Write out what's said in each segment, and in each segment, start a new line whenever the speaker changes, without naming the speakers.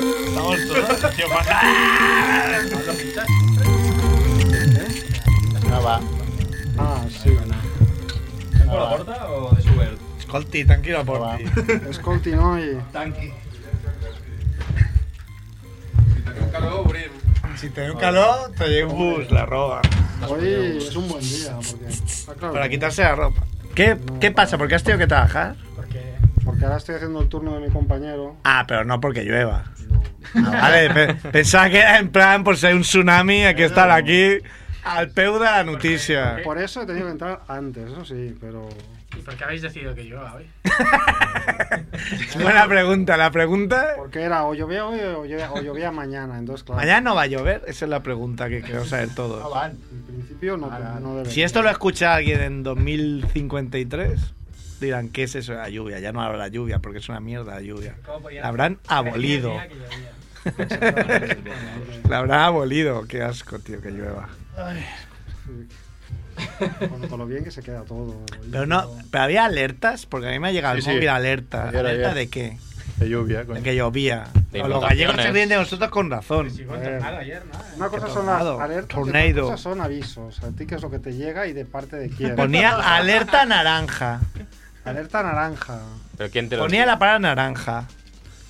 susto, ¿no? Tío Juan, ¡ah!
No va.
Ah, sí.
¿Es por la porta o de Uber?
Escolti, tranquilo por
Va.
ti.
Escolti, noi.
Tanqui.
Si tenéis calor, obrim.
Si te da un calor, te llega un bus, la roba.
Hoy es un buen día, porque... Ah, claro,
Para quitarse la ropa. ¿Qué, ¿Qué pasa? ¿Porque has tenido que trabajar?
Porque ahora estoy haciendo el turno de mi compañero.
Ah, pero no porque llueva. Ah, vale, pe- pensaba que era en plan por si hay un tsunami, hay que estar aquí al peu de la noticia.
Por eso he tenido que entrar antes, eso sí, pero...
¿Y por qué habéis decidido que llueva hoy?
Buena pregunta, la pregunta...
Porque era o llovía hoy o llovía, o llovía mañana, entonces claro.
¿Mañana no va a llover? Esa es la pregunta que queremos saber
No
todos.
van.
En principio no, no debe.
Si esto lo escucha alguien en 2053, dirán, ¿qué es eso de la lluvia? Ya no habrá lluvia, porque es una mierda la lluvia. La habrán abolido. La habrán abolido. Qué asco, tío, que llueva.
Con, con lo bien que se queda todo.
Pero no, pero había alertas, porque a mí me ha llegado el
Sí, sí.
móvil alerta.
Ayer,
¿Alerta
ayer.
de qué?
De lluvia,
De
coño.
que llovía.
De
No, Los gallegos
inundaciones.
se ríen de nosotros con razón.
Sí, fue tornado ayer, ¿no?
Una cosa son las
tornado,
alertas y otra
tornado.
cosa son avisos. A ti qué es lo que te llega y de parte de quién.
Ponía alerta naranja.
Alerta naranja.
¿Pero quién te lo
Ponía la palabra naranja.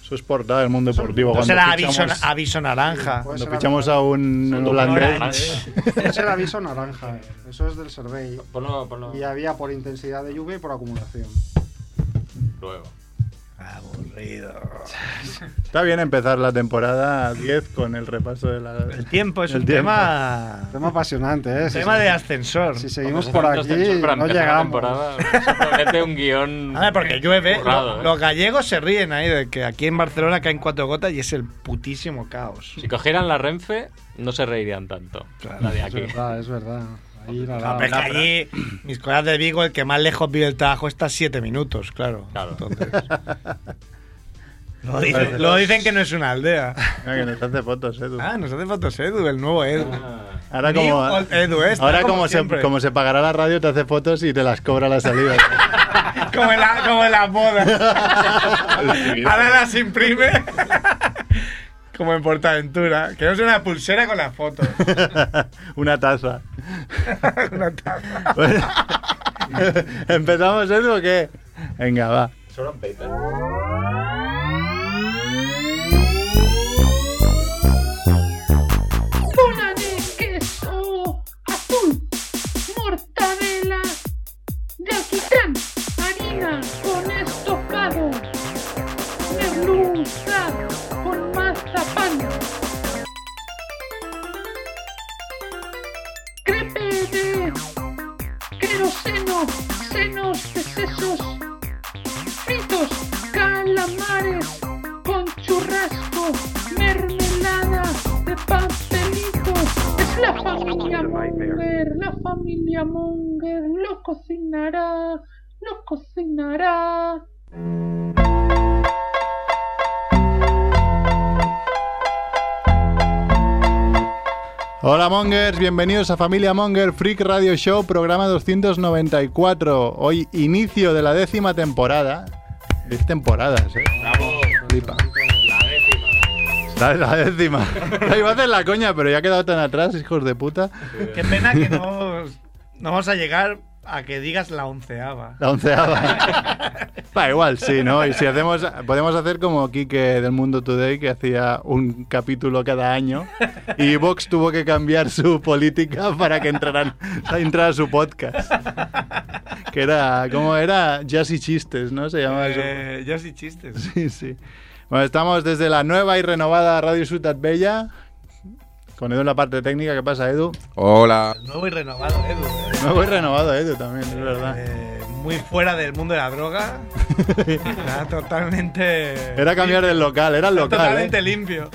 Eso es por dar el mundo deportivo.
Entonces
Cuando
era aviso,
fichamos,
aviso naranja.
Puede
cuando
ser
fichamos a un holandés.
Es el aviso naranja. Eso es del survey.
Ponlo, ponlo.
Y había por intensidad de lluvia y por acumulación.
Luego.
Aburrido.
Está bien empezar la temporada 10 con el repaso de la.
El tiempo es
El
un
tiempo.
tema.
Tema apasionante, ¿eh? Si,
tema de ascensor.
si seguimos
Hombre,
por
son dos
aquí,
tensos para
no
empezar la
llegamos.
temporada. Eso promete un guión.
A ver, porque llueve.
currado,
lo-
¿eh?
Los gallegos se ríen ahí de que aquí en Barcelona caen cuatro gotas y es el putísimo caos.
Si cogieran la Renfe, no se reirían tanto.
Claro.
La de
Es
aquí.
verdad, es verdad. Ahí la
No,
daba.
pero es que allí, mis colegas de Vigo, el que más lejos vive el trabajo está a siete minutos, claro.
Claro.
Entonces, lo, dicen, lo dicen que no es una aldea.
Mira, que nos hace fotos, Edu.
Ah, nos hace fotos Edu, el nuevo Edu.
Ahora
New
como,
old Edu, ¿eh? Está
ahora
como
como,
siempre.
se, como se pagará la radio, te hace fotos y te las cobra a la salida.
Como en la, como en las bodas. Ahora las imprime. Como en Portaventura. Queremos una pulsera con las fotos.
Una taza.
Una taza.
Bueno, ¿Empezamos eso o qué? Venga, va.
Solo en paper.
Bola de queso azul, mortadela de alquitrán, harina con estofado, merluza con mazapán, crepe de queroseno, senos de sesos, fritos, calamares con churrasco, mermelada de pastelito. Es la familia Munger, la familia Munger lo cocinará, lo cocinará.
Hola Mongers, bienvenidos a Familia Monger Freak Radio Show, programa 294. Hoy inicio de la décima temporada. 10 temporadas, eh. Flipa. La décima. La, décima. Ya Iba a hacer la coña, pero ya ha quedado tan atrás, hijos de puta.
Qué pena que no, vamos- no vamos a llegar a que digas la onceava.
La onceava. Va, igual, sí, ¿no? Y si hacemos, podemos hacer como Quique del Mundo Today, que hacía un capítulo cada año, y Vox tuvo que cambiar su política para que entraran, entrara su podcast. Que era, ¿cómo era? Jazz y chistes, ¿no? Se llamaba eso.
Eh, yo sí chistes.
Sí, sí. Bueno, estamos desde la nueva y renovada Radio Ciutat Bella, con Edu en la parte técnica. ¿Qué pasa, Edu?
Hola.
Nuevo y renovado, Edu.
Nuevo y renovado, Edu, también, es verdad.
Eh, muy fuera del mundo de la droga. Está totalmente.
Era cambiar el local, era el
Está
local, ¿eh?
Totalmente limpio.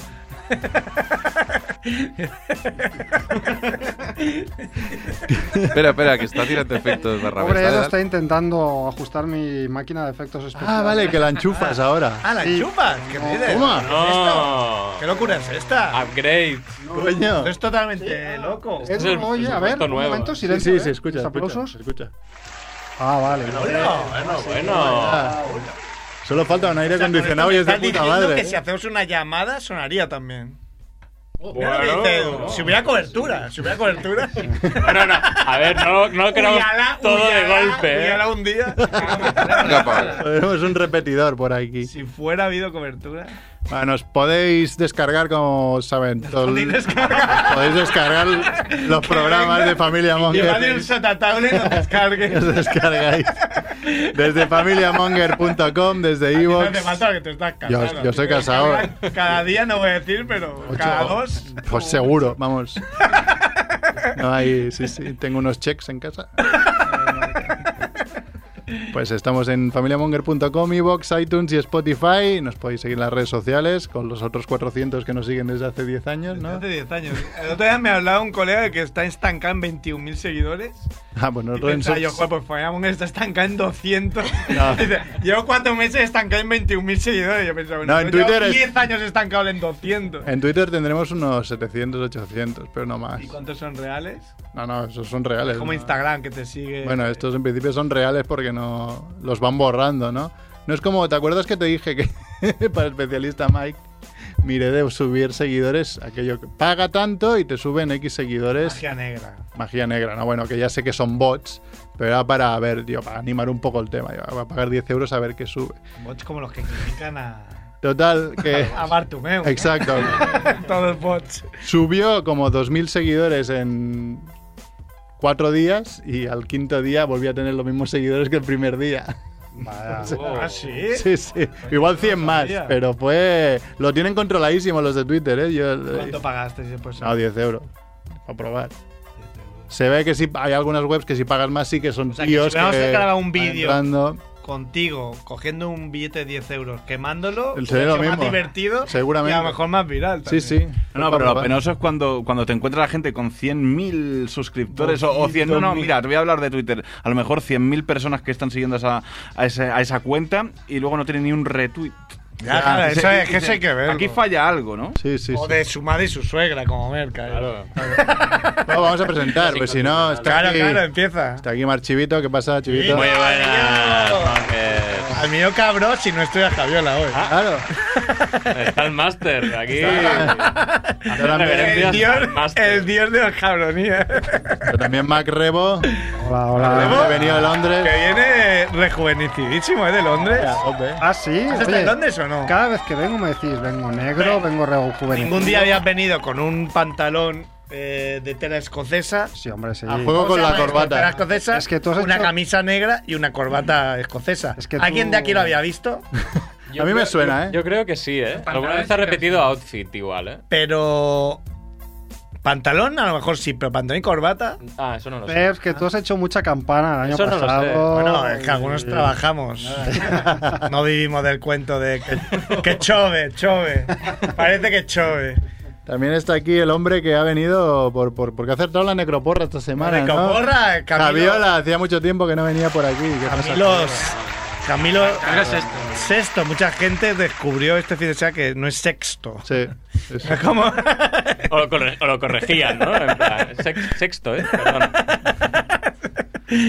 Espera, espera, que está tirando efectos de rabia.
Pobre Edo está intentando ajustar mi máquina de efectos especiales.
Ah, vale, que la enchufas ahora.
Ah, la
Sí.
chupas. ¿Qué
No.
dices?
Toma. Ah,
¿Qué es esto?
¡No!
¿Qué locura es esta?
¡Upgrade!
Coño.
Esto es totalmente loco.
Edu,
es el-
oye,
es el
a ver,
efecto
un
nuevo.
momento,
Sí,
silencio.
sí,
¿eh?
se escucha.
¿Los Ah,
escucha,
aplausos?
se escucha.
Ah, vale.
Hola.
Bueno, bueno.
Solo falta un aire acondicionado y es de
Estás
puta
diciendo
madre.
que si hacemos una llamada sonaría también.
Bueno.
Mira lo que dice, si hubiera cobertura, si hubiera cobertura.
No, no, a ver, no, no queramos
Uyala,
todo
uyala,
de golpe. ¿eh?
uyala un día.
Capaz.
Tenemos un repetidor por aquí.
si fuera habido cobertura.
Bueno, os podéis descargar, como saben, todo el-
Podéis descargar.
podéis descargar los
Que
programas
venga.
de Familia
Llevad el
Monger.
sotatable y lo descargues.
Os descargáis desde familiamonger.com, desde
No te
iVoox.
pasa que tú estás casado.
Yo- yo soy casado.
Cada, cada día no voy a decir, pero
Ocho-
cada dos.
Pues seguro, vamos. No hay, sí, sí, tengo unos checks en casa. Pues estamos en familiamonger.com, iVoox, iTunes y Spotify. Nos podéis seguir en las redes sociales con los otros 400 que nos siguen desde hace 10 años,
Desde
¿no?
Hace 10 años. El otro día me hablaba un colega de que está estancado en 21.000 seguidores.
Ah, bueno,
Y pensaba yo,
Renzo.
joder, pues Fire Monger está estancado en 200.
No.
Dice, llevo cuatro meses estancado en 21.000 seguidores. Yo pensaba, bueno,
No, en
yo llevo
Twitter es-
10 años estancado en 200.
En Twitter tendremos unos 700, 800, pero no más.
¿Y cuántos son reales?
No, no, esos son reales.
Como
¿no?
Instagram, que te sigue.
Bueno, estos en principio son reales porque no los van borrando, ¿no? No es como, ¿te acuerdas que te dije que para el especialista Mike miré de subir seguidores, aquello que paga tanto y te suben X seguidores?
Magia negra.
Magia negra, ¿no? Bueno, que ya sé que son bots, pero era para ver, tío, para animar un poco el tema. Yo voy a pagar 10 euros a ver qué sube.
Bots como los que critican a,
Total, que...
a Bartumeu. ¿no?
Exacto.
Todos bots.
Subió como 2.000 seguidores en cuatro días y al quinto día volví a tener los mismos seguidores que el primer día.
Ah, sí.
Sí, sí. Igual 100 más,
sabía.
pero fue... Lo tienen controladísimo los de Twitter, ¿eh? Yo,
¿Cuánto pagaste? Pues,
No, 10 euros. Para probar. Se ve que sí, hay algunas webs que si pagas más sí que son
sea, que
tíos
si vamos a
que
grabar un
van
vídeo.
entrando.
contigo, cogiendo un billete de 10 euros, quemándolo,
El seré lo
mucho más
mismo.
divertido
Seguramente.
y a lo mejor más viral.
Sí,
también.
sí.
No, pero lo penoso es cuando, cuando te encuentras la gente con 100.000 suscriptores o, o 100... No, no, mira, te voy a hablar de Twitter. A lo mejor 100.000 personas que están siguiendo esa, a, esa, a esa cuenta y luego no tienen ni un retweet.
Ah,
Ya, claro,
Dice-
Ah, eso es que eso
dice,
hay que verlo.
Aquí falla algo, ¿no?
Sí, sí,
O
sí.
de su madre y su suegra, como Merca.
Claro.
No, vamos a presentar, pues si no, está
Claro,
aquí,
claro, empieza.
está aquí Marchivito. ¿Qué pasa,
Sí,
Chivito?
muy bien.
buenas, Monger.
Al mío cabrón si no estoy a Javiola hoy.
Claro.
Está el máster aquí. Hace
Ahora me-
el,
reverencias
dios,
al máster.
el dios de la cabronía.
Pero también Mac Rebo.
Hola, hola.
Rebo.
Ha venido de
que
Londres.
viene rejuvenecidísimo, ¿eh? De Londres.
Ya, hombre.
Ah, sí.
¿Has estado
oye,
en Londres o no?
Cada vez que vengo me decís, vengo negro, vengo rejuvenecido.
Ningún día habías venido con un pantalón eh, de tela escocesa.
Sí, hombre, sí.
A juego
¿Cómo
con
se
la
llama esto? Tela
corbata.
escocesa,
Es que tú has
una
hecho-
camisa negra y una corbata escocesa.
Es que
¿Alguien
tú-
de aquí lo había visto?
Yo
A mí me
creo-
suena, ¿eh?
Yo creo que sí, ¿eh? Alguna
pantalones
vez ha
y
repetido outfit igual, ¿eh?
Pero. Pantalón, a lo mejor sí, pero pantalón y corbata.
Ah, eso no lo sé.
Pep, que tú has hecho mucha campana el año
Eso no lo
pasado.
sé.
Bueno, es que algunos
Y-
trabajamos. No vivimos del cuento de que, que chove, chove. Parece que chove.
También está aquí el hombre que ha venido por, por, porque ha acertado la necroporra esta semana.
Vale, Caporra,
¿no?
Camilo.
Javiola, hacía mucho tiempo que no venía por aquí. ¿Qué pasa?
Camilo. Camilo. eh,
Ahora es esto.
Sexto, mucha gente descubrió este fin de semana que no es sexto.
Sí, sí, sí.
Es como.
O lo, corre- o lo corregían, ¿no? En plan, sex- sexto, ¿eh? Perdón.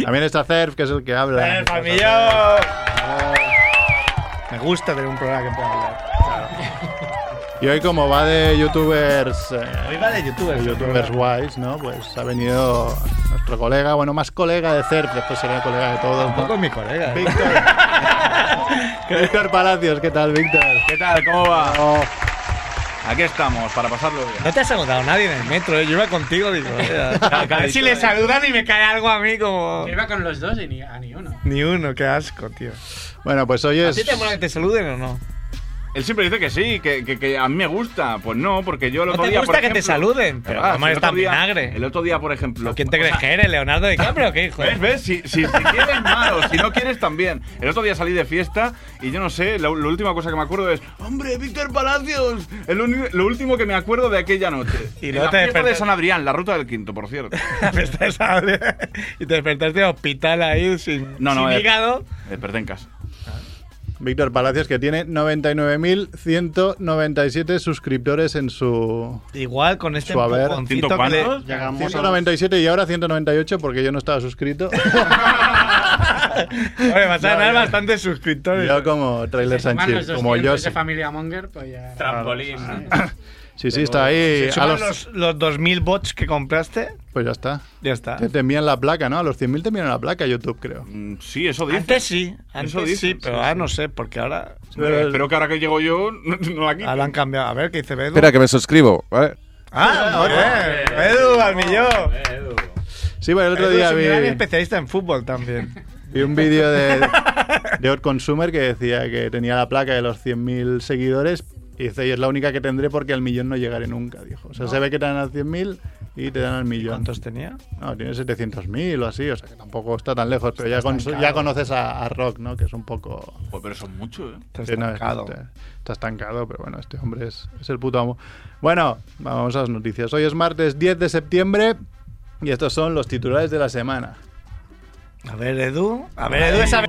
También está Cerf, que es el que habla.
¡Eh, Camillo! Me gusta tener un programa que pueda hablar.
Y hoy como va de youtubers, eh,
Hoy va de youtubers.
youtubers wise, ¿no? Pues ha venido nuestro colega, bueno, más colega de Cerf, después será colega de todos. ¿no?
con mi colega. ¿eh?
Víctor. Víctor Palacios, ¿qué tal, Víctor?
¿Qué tal? ¿Cómo va? Aquí estamos, para pasarlo bien.
No te ha saludado nadie en el metro, ¿eh? yo iba contigo, digo. eh. A ver si le saludan y me cae algo a mí como.
Yo iba con los dos y ni, a ni uno.
Ni uno, qué asco, tío.
Bueno, pues hoy
¿A
es...
ti te mola que te saluden o no?
Él siempre dice que sí, que, que- que a mí me gusta. Pues no, porque yo el
¿No
otro
te
día, por
gusta que te
ejemplo-
saluden?
Pero,
Pero
ah,
como
si
eres
el otro
tan
día- El
vinagre.
otro día, por ejemplo.
¿Quién te
o sea,
crees que eres? ¿Leonardo DiCaprio? ¿Qué hijo?
¿Ves? ¿Ves? Si, si, si quieres, malo. Si no quieres, también. El otro día salí de fiesta y yo no sé, la, la última cosa que me acuerdo es ¡Hombre, Víctor Palacios! Es lo, uni- lo último que me acuerdo de aquella noche.
Y
En
luego
la
te
fiesta de
despertas.
San Adrián, la ruta del quinto, por cierto.
Te saludan y te despertaste en hospital ahí sin,
No, no,
sin
eh.
hígado.
Desperté en casa.
Víctor Palacios, que tiene 99.197 suscriptores en su...
Igual con este
Su haber.
empujoncito
¿Ciento
que le-
cuántos?
Llegamos a los-
197 y ahora 198 porque yo no estaba suscrito.
Hombre, vas a
No,
ganar
yo-
bastantes suscriptores.
Yo como trailer
Más los
Sánchez, como yo.
200 de familia Monger, pues ya.
Trampolín.
Sí, sí, está ahí.
Se
eh, a
suman
los-
los, los 2.000 bots que compraste,
Pues ya está.
ya está.
Te, te envían la placa, ¿no? A los 100.000 te envían la placa YouTube, creo.
Mm, Sí, eso dice.
Antes sí, antes
Eso dice,
sí,
sí,
pero
sí.
ahora no sé, porque ahora,
Hombre, espero que ahora que llego yo, no, no la quiten.
ahora han cambiado. A ver, ¿qué dice Edu?
Espera, que me suscribo, ¿vale?
Ah, muy bien. Edu, al millón.
Sí, bueno, el otro
Edu
día
es un gran
vi,
especialista en fútbol también.
vi un vídeo de, de Odd Consumer que decía que tenía la placa de los 100.000 seguidores. Y dice, y es la única que tendré porque al millón no llegaré nunca, dijo. O sea, se ve que te dan al 100.000 y te dan al millón.
¿Cuántos tenía?
No, tiene 700.000 o así, o sea que tampoco está tan lejos, pero ya, con- ya conoces a, a Rock, ¿no? Que es un poco...
Joder, pero son muchos, ¿eh?
Está
Sí, no, este-
estancado.
está, está estancado, pero bueno, este hombre es, es el puto amo. Bueno, vamos a las noticias. Hoy es martes 10 de septiembre y estos son los titulares de la semana.
A ver, Edu. A ver, Edu, esa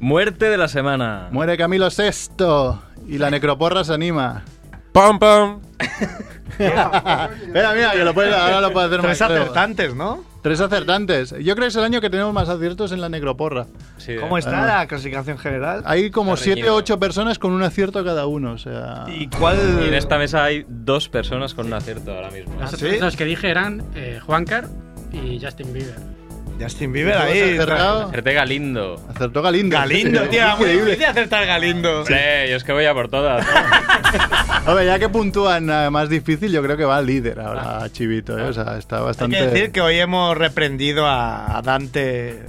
Muerte de la semana.
Muere Camilo VI y la necroporra se anima.
¡Pam, pam!
Mira, mira, que lo puedes, ahora lo puedes hacer
Tres
más. creo.
acertantes, ¿no?
Tres acertantes. Yo creo que es el año que tenemos más aciertos en la necroporra.
Sí,
¿Cómo
eh.
está
Ah.
la clasificación general?
Hay como
Está
siete o
reñido.
ocho personas con un acierto cada uno, o sea...
¿Y cuál?
Y en esta mesa hay dos personas con un acierto ahora mismo.
Los
¿Ah, ¿Sí?
otros dos que dije eran eh, Juancar y Justin Bieber.
Justin Bieber
¿Lo has
ahí.
acertado?
Acerté Galindo.
Acertó Galindo.
eh, Galindo, tío. era Muy difícil acertar Galindo.
Hombre, yo es que voy a por todas. ¿no?
A ver, ya que puntúan eh, más difícil, yo creo que va líder ahora Chivito, ¿eh? O sea, está
Hay
bastante...
que decir que hoy hemos reprendido a a Dante.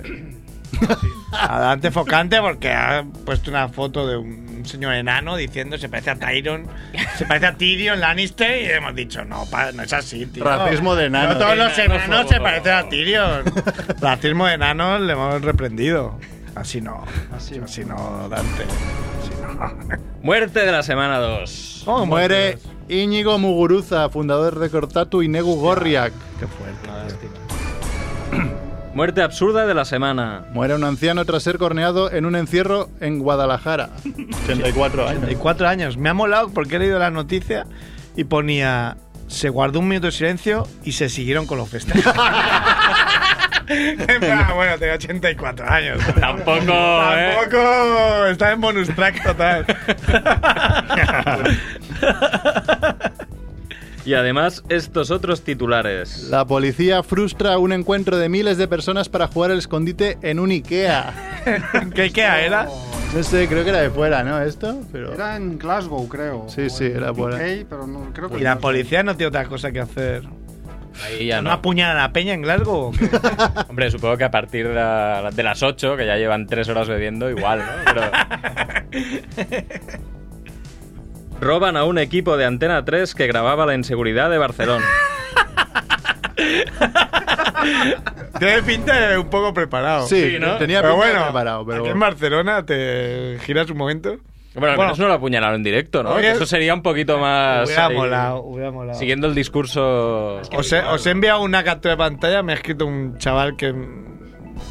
A Dante Focante porque ha puesto una foto de un señor enano diciendo se parece a Tyron, se parece a Tyrion Lannister y hemos dicho no, pa- no es así, tío.
Racismo de eh. enanos.
No todos los
Enano
enanos
foto.
se parecen a Tyrion. Racismo de enanos le hemos reprendido. Así no,
Así
así no, Dante.
Muerte de la semana 2.
Oh,
Muere Íñigo Muguruza, fundador de Cortatu y Negu Gorriak.
Qué fuerte.
Muerte absurda de la semana.
Muere un anciano tras ser corneado en un encierro en Guadalajara. 84 años.
34 años. Me ha molado porque he leído la noticia y ponía. Se guardó un minuto de silencio y se siguieron con los festejos. En plan, bueno, tengo 84 años.
Tampoco, ¿eh?
Tampoco está en bonus track total.
Y además estos otros titulares.
La policía frustra un encuentro de miles de personas para jugar al escondite en un Ikea.
¿Qué queda era?
No sé, creo que era de fuera, ¿no? Esto, pero...
Era en Glasgow, creo.
Sí, sí, era por ahí.
ahí. pero no, creo que
Y la policía no tiene otra cosa que hacer.
Ahí ya
¿No
no.
apuñala a la peña en Glasgow? o qué?
Hombre, supongo que a partir de, la- de las 8, que ya llevan 3 horas bebiendo, igual, ¿no? Pero- Roban a un equipo de Antena 3 que grababa la inseguridad de Barcelona.
Tiene pinta de un poco preparado.
Sí,
Sí, ¿no?
tenía
Pero
pinta de
bueno,
preparado, pero...
aquí en Barcelona te giras un momento.
Bueno, al
Bueno.
menos no lo apuñalaron en directo, ¿no?
Oye,
Que Eso sería un poquito
Ah,
más...
Hubiera
ahí,
molado, hubiera molado.
Siguiendo el discurso...
Os he, os he enviado una captura de pantalla, me ha escrito un chaval que,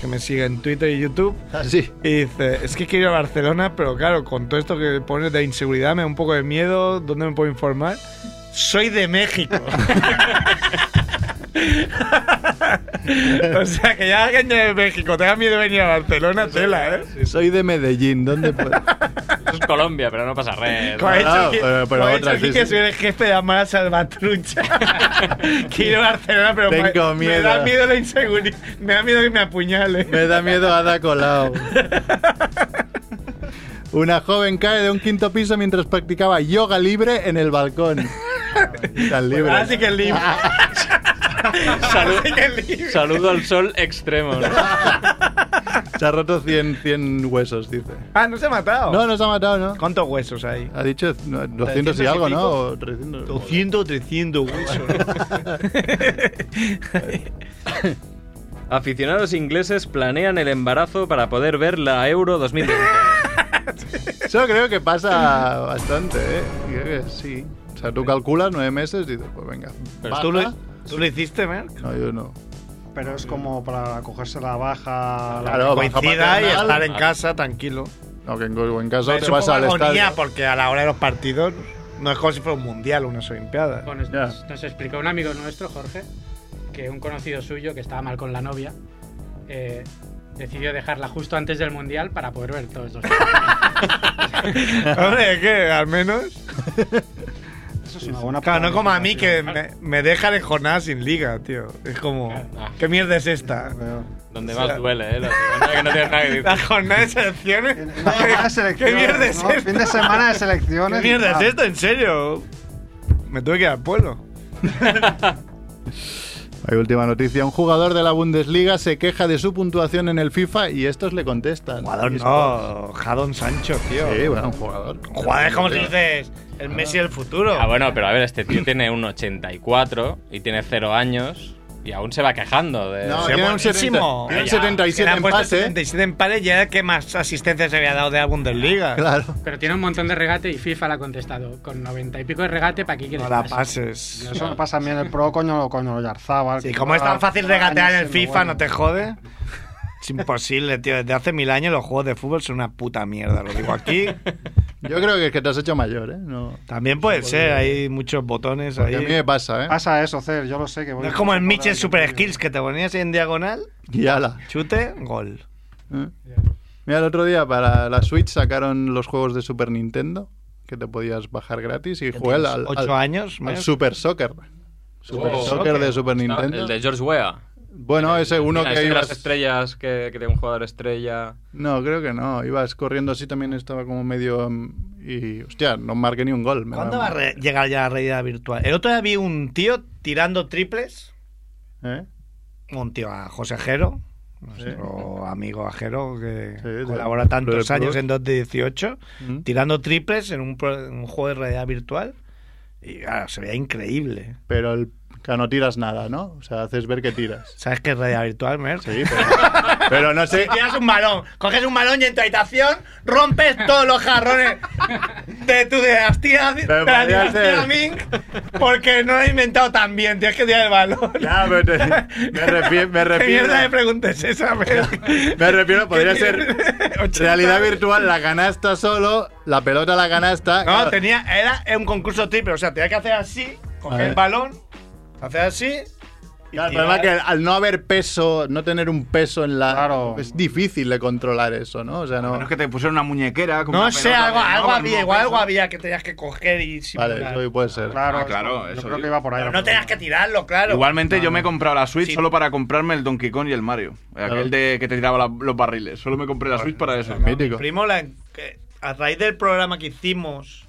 que me sigue en Twitter y YouTube
Ah, sí.
y dice, es que quiero ir a Barcelona, pero claro, con todo esto que pones de inseguridad me da un poco de miedo, ¿dónde me puedo informar? Soy de México. o sea, que ya alguien de México tenga miedo de venir a Barcelona, tela, ¿eh?
Soy de Medellín, ¿dónde puedo?
Eso es Colombia, pero no pasa res.
Como ha dicho
Claro,
aquí-
pero- pero
como ha
otra,
dicho aquí
sí,
que
sí.
soy el jefe de Amara Salvatrucha. Quiero Barcelona, pero me-
Tengo
me
miedo.
da miedo la inseguridad. Me da miedo que me apuñale.
Me da miedo Ada Colau. Una joven cae de un quinto piso mientras practicaba yoga libre en el balcón. Tan libre. Ah.
Ahora sí que es libre.
Salud-
Así que es libre.
Saludo al sol extremo. ¿no?
Se ha roto 100, 100 huesos, dice.
Ah, no se ha matado.
No, no se ha matado, ¿no?
¿Cuántos huesos hay?
Ha dicho no, 200 y algo, ¿no? O 300.
200, 300 huesos.
Aficionados ingleses planean el embarazo para poder ver la Euro 2020.
Eso creo que pasa bastante, ¿eh? Creo que sí. O sea, tú calculas nueve meses y dices, pues venga.
¿Tú lo, tú lo hiciste, Merck?
No, yo no.
pero es como para cogerse la baja. la-
Claro, baja
Coincida y
paternal.
estar en casa tranquilo.
No, que en, en caso
Es
te
un
vas
poco
al
agonía
estadio.
porque a la hora de los partidos no es como si fuera un mundial o unas olimpiadas.
Bueno, es-
Ya.
nos, nos explicó un amigo nuestro, Jorge, que un conocido suyo que estaba mal con la novia eh, decidió dejarla justo antes del mundial para poder ver todos los.
Hombre, es que al menos.
Eso es una buena
Claro, no como a mí que
planificación.
me, me dejan en jornada sin liga, tío. Es como.
Ah,
¿Qué mierda es esta?
Donde
O sea-
más duele, ¿eh? La segunda que no tienes nada que decir.
La jornada de selecciones.
Eh, En- en la jornada de
¿Qué
selecciones,
mierda es
¿no?
esto?
Fin de semana de
¿Qué
selecciones.
mierda
Ah,
es esto? ¿En serio? Me tuve que ir al pueblo.
Hay última noticia. Un jugador de la Bundesliga se queja de su puntuación en el FIFA y estos le contestan.
Jugador
Y es-
no, Jadon Sancho, tío.
Sí, bueno, un jugador.
Jugador es como si dices el Messi del futuro.
Ah, bueno, pero a ver, este tío tiene un 84 y tiene 0 años y aún se va quejando de.
No,
Sea
tiene un,
buenísimo.
70, tiene un
Ya, Se
77
le han puesto
empate.
77 empates y era que más asistencias había dado de la Bundesliga.
Claro.
Pero tiene un montón de regate y FIFA la ha contestado. Con 90 y pico de regate, ¿para qué
No
quieres
la
más?
pases.
Eso me pasa a mí en el pro, coño, coño, Yarzábal.
Sí,
que
como es tan
va-
fácil regatear en el
años
FIFA,
siendo
¿no te jode? Es imposible, tío. Desde hace mil años los juegos de fútbol son una puta mierda. Lo digo aquí.
Yo creo que es que te has hecho mayor, ¿eh? No.
También puede ser. Hay muchos botones
Y a mí
ahí.
me pasa, ¿eh?
Pasa eso, Cer, yo lo sé que voy.
No es como el Mitchell
Mitchell
Super Skills que te ponías en diagonal,
Y ala.
chute, gol.
¿Eh? Mira, el otro día para la Switch sacaron los juegos de Super Nintendo que te podías bajar gratis y jugué Pues al, al-
Pues Ocho
al-
años.
al
más.
Super Soccer. Super
Oh.
Soccer de Super
No,
Nintendo.
el de George Weah.
Bueno, ese uno
Mira,
que
ese de
ibas...
las estrellas que, que tiene un jugador estrella.
No, creo que no. Ibas corriendo así también estaba como medio... mm, Y, hostia, no marqué ni un gol. Me
¿Cuándo
da-
va a re- llegar ya la realidad virtual? El otro día vi un tío tirando triples.
¿Eh?
Un tío a José Ajero, nuestro amigo Ajero que
Sí, de-
colabora
lo
tantos
del
años
Plus.
en 218,
Mm.
tirando triples en un, pro- en un juego de realidad virtual. Y claro, se veía increíble.
Pero el... que no tiras nada, ¿no? O sea, haces ver que tiras.
¿Sabes qué es realidad virtual, Mer?
Sí, pero, pero no sé...
Tiras un balón, coges un balón y en tu habitación rompes todos los jarrones de tu dinastía, de
Pero
la
podría
dinastía
ser.
Mink, porque no lo he inventado tan bien. Tienes que tirar el balón.
Ya, pero te- me refiero... Me
¿Qué
refiero
mierda me preguntes esa, Mer?
Me refiero, podría
¿Qué
ser
tiene? 80.
realidad virtual, la canasta solo, la pelota a la canasta.
No,
Claro,
tenía, era un concurso triple, o sea, tenía que hacer así,
A
coger
ver.
el balón, hacer así.
claro, el problema es que al no haber peso, no tener un peso en la.
Claro.
Es difícil de controlar eso, ¿no? O sea,
A
no.
menos que te pusieron una muñequera. con
No
una
sé,
pelota
algo,
de- ¿no?
algo
Con
había,
un
igual
peso.
algo había que tenías que coger y simular.
Vale, eso ahí puede ser.
Claro,
Ah, claro,
Yo
eso
creo que
digo.
iba por ahí.
Pero
la
no tenías
cosa.
que tirarlo, claro.
Igualmente, yo me he comprado la Switch
Sí.
solo para comprarme el Donkey Kong y el Mario. Aquel de que te tiraba la- los barriles. Solo me compré la Switch para eso.
Mítico.
Primo, la- que- a raíz del programa que hicimos,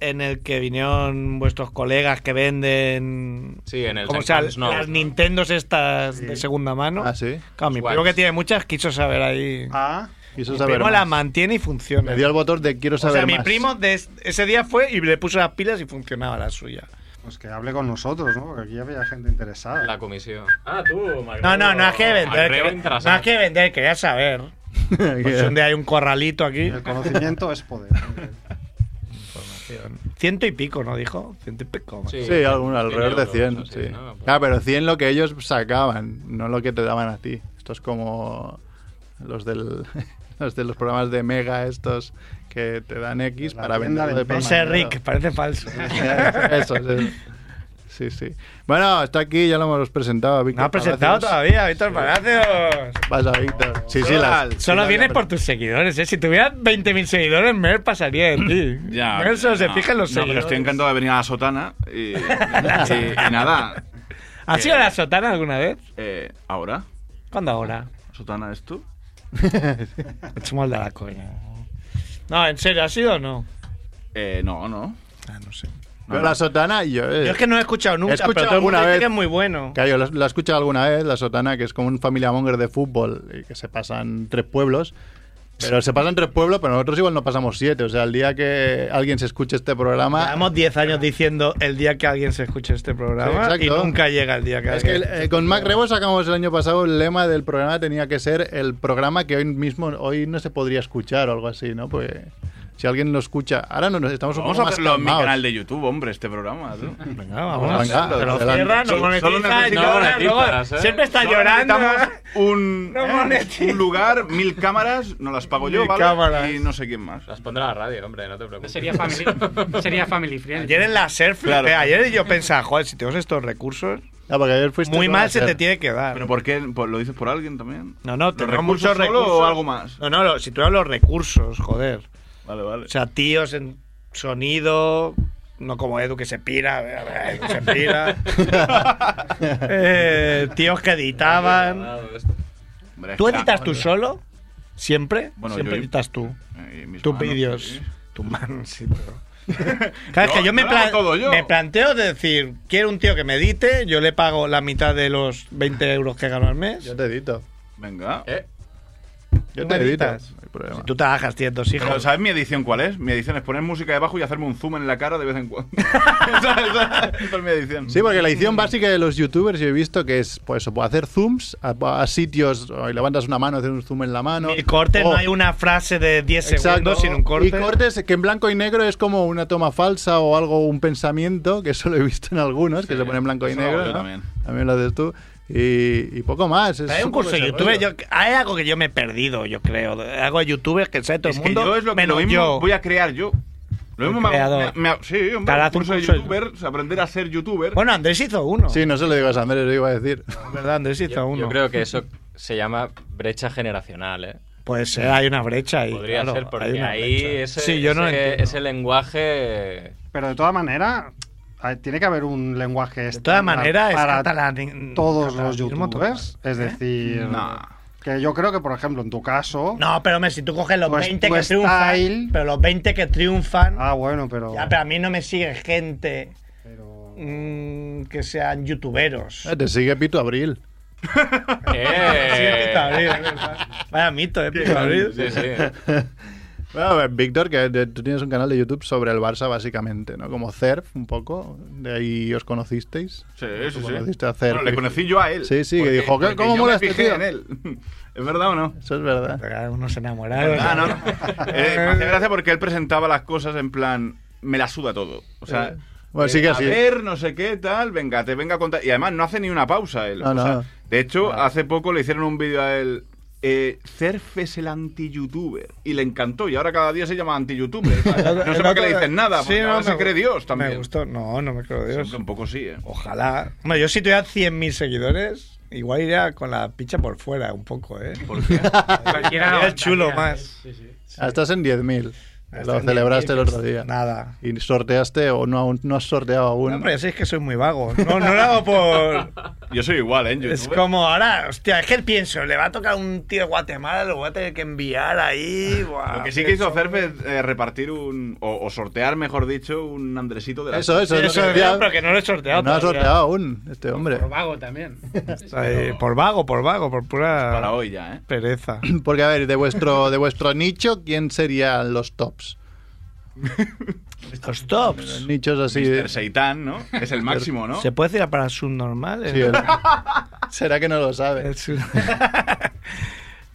en el que vinieron vuestros colegas que venden.
Sí, en el
como
San
sea,
Juan's, no.
las Nintendos estas de segunda mano.
Ah, sí.
Claro, mi
Swatch.
primo que tiene muchas quiso saber ahí.
Ah,
Quiso
mi
saber.
primo la
más.
mantiene y funciona.
Me dio el botón de quiero
O
saber.
sea, mi
más.
primo de es- ese día fue y le puso las pilas y funcionaba la suya.
pues que hable con nosotros, ¿no? Porque aquí había gente interesada.
La comisión. Ah, tú,
No, no, no hay que vender.
Macreo
que-
entras
no
a-
hay que vender, quería saber. Pues un día hay un corralito aquí.
El conocimiento es poder.
Ciento y pico, ¿no? Dijo. Ciento y pico.
Sí, algún, alrededor de
euros,
100.
no sé,
sí.
¿no?
pues.
Claro, pero 100 lo que ellos sacaban, no lo que te daban a ti. Esto es como los, del, los de los programas de Mega, estos que te dan X
La
para
tienda
venderlo de
del
forma-
Ese Rick, parece falso.
Eso, eso. Sí, sí. Bueno, está aquí, ya lo hemos presentado. Víctor
No has presentado
Palacios.
todavía, Víctor Palacios.
Pasa, Víctor. Sí, sí, las-
Solo
sí,
vienes
las-
por tus seguidores, ¿eh? Si tuvieras 20.000 seguidores, Mer pasaría de ti.
Ya.
Mer solo se
no.
fija en los
No, pero
seguidores.
estoy encantado de venir a la sotana. Y, y- y nada.
¿Has ido a la sotana alguna vez?
eh, ¿Ahora?
¿Cuándo ahora?
¿Sotana es tú?
Es mal de la coña. No, en serio, ¿has sido o no?
Eh, no, no.
Ah, no sé.
Pero la sotana, yo. eh,
Yo es que no lo he escuchado nunca,
He escuchado
pero todo el mundo
alguna
dice
vez.
que es muy bueno.
Claro, yo la, la he escuchado alguna vez, la sotana, que es como un familia monger de fútbol, y que se pasan tres pueblos. Pero se pasan tres pueblos, pero nosotros igual no pasamos siete. O sea, el día que alguien se escuche este programa.
Llevamos 10 años diciendo el día que alguien se escuche este programa
Sí, exacto.
y nunca llega el día que
Es que
alguien.
eh, con Mac Rebo sacamos el año pasado el lema del programa tenía que ser el programa que hoy mismo hoy no se podría escuchar o algo así, ¿no? Pues Si alguien lo escucha, ahora no nos estamos un
Vamos a
poco más
hacerlo en mi
calmados.
canal de YouTube, hombre, este programa. tú.
Venga, vamos.
Vamos, venga,
hacerlo,
Lo
adelante.
cierran, no
Solo- solo
monetiza y
necesitas-
ahora
no
luego
necesitas, ¿eh?
siempre está
Solo
llorando.
necesitamos Un,
No
eh,
monetiza.
un lugar, mil cámaras, no las pago yo,
Mil
¿vale?
cámaras.
Y no sé quién más.
Las pondrá la radio, hombre, no te preocupes.
Sería family, sería family friendly.
Ayer en la surf,
Claro.
ayer yo pensaba, joder, si tenemos estos recursos,
Ah, porque ayer fuiste
muy
tú a
mal se
hacer.
te tiene que dar.
¿Pero por qué? ¿Por- ¿Lo dices por alguien también?
no, no,
¿Los
tenemos
recursos
muchos
solo
recursos.
o algo más?
No, no, lo- si tuviéramos los recursos, joder.
Vale, vale.
O sea, tíos en sonido, no como Edu que se pira, se pira. Eh, tíos que editaban.
Hombre, es
¿Tú
que-
editas tú solo? ¿Siempre?
Bueno,
Siempre
yo-
editas tú.
Eh, mis
Tus
manos,
vídeos.
sí.
Tu man, sí, pero. Claro, es
No,
que yo, me,
yo lo hago
plan-
todo yo.
me planteo de decir, quiero un tío que me edite, yo le pago la mitad de los 20 euros que gano al mes.
Yo te edito.
Venga.
¿Eh?
Yo
¿Tú
te
me
edito.
editas?
No hay problema.
Si tú trabajas, tienes dos
Pero,
hijos.
¿Sabes mi edición cuál es? Mi edición es poner música debajo y hacerme un zoom en la cara de vez en cuando. esa, esa- esa es mi edición.
Sí, porque la edición básica de los youtubers yo he visto que es pues eso, hacer zooms a, a sitios, o levantas una mano, hacer un zoom en la mano.
El corte no
O-
Oh.
hay una frase de 10
Exacto.
segundos sin un corte.
Y cortes que en blanco y negro es como una toma falsa o algo, un pensamiento, que eso lo he visto en algunos, que se pone en blanco y
eso lo hago
negro.
yo
¿no?
también.
lo haces tú. Y, y poco más. es
Hay un
poco
curso de
ese
YouTube.
rollo.
yo- hay algo que yo me he perdido, yo creo. Algo de youtubers que sabe todo
Es
el
que
mundo.
yo es lo que
menos
lo mismo
yo.
voy a crear yo. Lo mismo me, hago-
creador.
me- me hago- Sí, hombre,
Cada
un curso de
curso de-
youtuber, o sea, aprender a ser youtuber.
Bueno, Andrés hizo uno.
Sí, no se lo digas a Andrés, lo iba a decir.
Es verdad, Andrés hizo
Yo,
uno.
yo creo que eso se llama brecha generacional, ¿eh?
Puede ser, hay una brecha ahí.
Podría
claro,
ser,
hay
porque
una
ahí
brecha.
ese,
Sí, yo no
ese-
entiendo.
ese lenguaje...
Pero de toda manera, hay- tiene que haber un lenguaje
De todas maneras, es
para
catalán-
todos los
catalanismo
youtubers.
total,
Es
¿eh?
decir,
Nah.
que yo creo que, por ejemplo, en tu caso.
No, pero hombre, si tú coges los
Tu es-
20
tu
que triunfan.
style-
Pero los 20 que triunfan.
Ah, bueno, pero.
ya, pero a mí no me sigue gente mm, que sean youtuberos.
Eh, Te sigue Pito Abril.
Sí, Pito Abril,
¡Eh!
es verdad. Vaya mito, ¿eh? Pito Abril.
Sí, sí.
Bueno, a ver, Víctor, que de- tú tienes un canal de YouTube sobre el Barça, básicamente, ¿no? Como CERF, un poco. De ahí os conocisteis.
Sí, sí,
Tú
sí.
conociste a Cerf.
Bueno, le conocí yo a él.
Sí, sí, que dijo, ¿qué-
porque
cómo
yo
mola
me
este
fijé
tío?
en él. ¿Es verdad o no?
Eso es verdad.
Pero unos enamorados.
Ah, no. Eh, me hace gracia porque él presentaba las cosas en plan, me la suda todo. O sea,
Bueno,
eh,
pues sí que
a
sí.
ver, no sé qué, tal, venga, te venga a contar. Y además no hace ni una pausa él.
No,
O sea,
no.
de hecho, hace poco le hicieron un vídeo a él. Eh, Cerf es el anti-youtuber y le encantó y ahora cada día se llama anti-youtuber. No sé por qué le dicen nada, porque ahora se cree Dios también.
Me gustó. No, no me creo
Sí,
Dios.
hombre, un poco sí, eh.
Ojalá. Hombre, yo si tuviera 100.000 seguidores, igual iría con la picha por fuera un poco, ¿eh?
¿Por qué?
Cualquiera
Sería el
aguantaría,
chulo
¿eh?
más.
Sí, sí.
Ah, estás en 10.000.
Hasta
Lo
en
celebraste el
10.000,
otro día.
Nada.
¿Y sorteaste o no, aún no has sorteado aún?
No, pero ya sabéis que soy muy vago. No, no lo hago por.
Yo soy igual, ¿eh? en
Es
YouTube.
como ahora, hostia, es que pienso, le va a tocar un tío de Guatemala, lo voy a tener que enviar ahí. buah,
Lo que sí que hizo
pienso.
Cerf es eh, repartir un. O, o sortear, mejor dicho, un Andresito de la.
Eso, eso,
Sí,
es lo
eso
que
es
decía.
verdad, pero que no lo he sorteado.
No has
todavía.
sorteado aún, este hombre.
Por vago también.
Eh, por vago, por vago, por pura
Para
Ah.
hoy ya, ¿eh?
pereza.
Porque, a ver, de vuestro, de vuestro nicho, ¿quién serían los tops?
Estos tops.
Los nichos así.
Mr.
de-
Seitan, ¿no? Es el máximo, ¿no?
¿Se puede decir para subnormales?
Sí, el- Será que no lo
El,
sabes.
sur-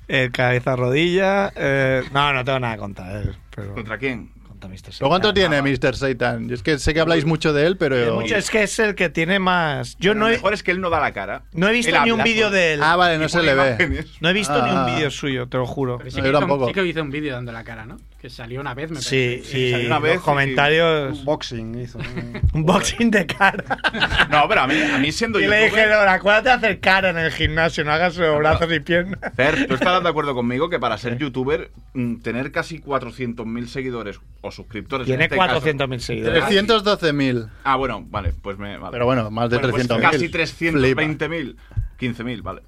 El cabeza rodilla. eh, no, no tengo nada contra él. Pero
¿Contra quién?
contra Mr.
¿Pero cuánto
Satan.
tiene Mr. Satan? Yo Es que sé que habláis mucho de él,
Es,
pero.
mucho- es que es el que tiene más. Yo
Pero
no
lo
he,
mejor es que él no da la cara.
no he visto
Él
ni un
habla
vídeo
solo.
de él.
Ah, vale, no
Y
se
pone
le ve.
imágenes.
No he visto ni un
Ah.
vídeo suyo, te lo juro.
Pero
No,
que
yo
hizo-
tampoco.
sí que hizo un vídeo dando la cara, ¿no? Que salió una vez, me
Sí,
parece.
y
salió una
los
vez y-
comentarios.
Un boxing hizo. ¿no?
Un boxing de cara.
No, pero a mí, a mí siendo
Y le dije,
youtuber...
no, acuérdate de hacer cara en el gimnasio, no hagas brazos y piernas.
Fer, tú estarás de acuerdo conmigo que para ser youtuber, mm, tener casi 400.000 seguidores o suscriptores. en
Tiene
este caso-
400.000 seguidores.
312.000.
Ah, bueno, vale, pues me. vale.
Pero bueno, más de
Bueno, pues
300.000. Flipa.
casi 320.000. 15.000, vale.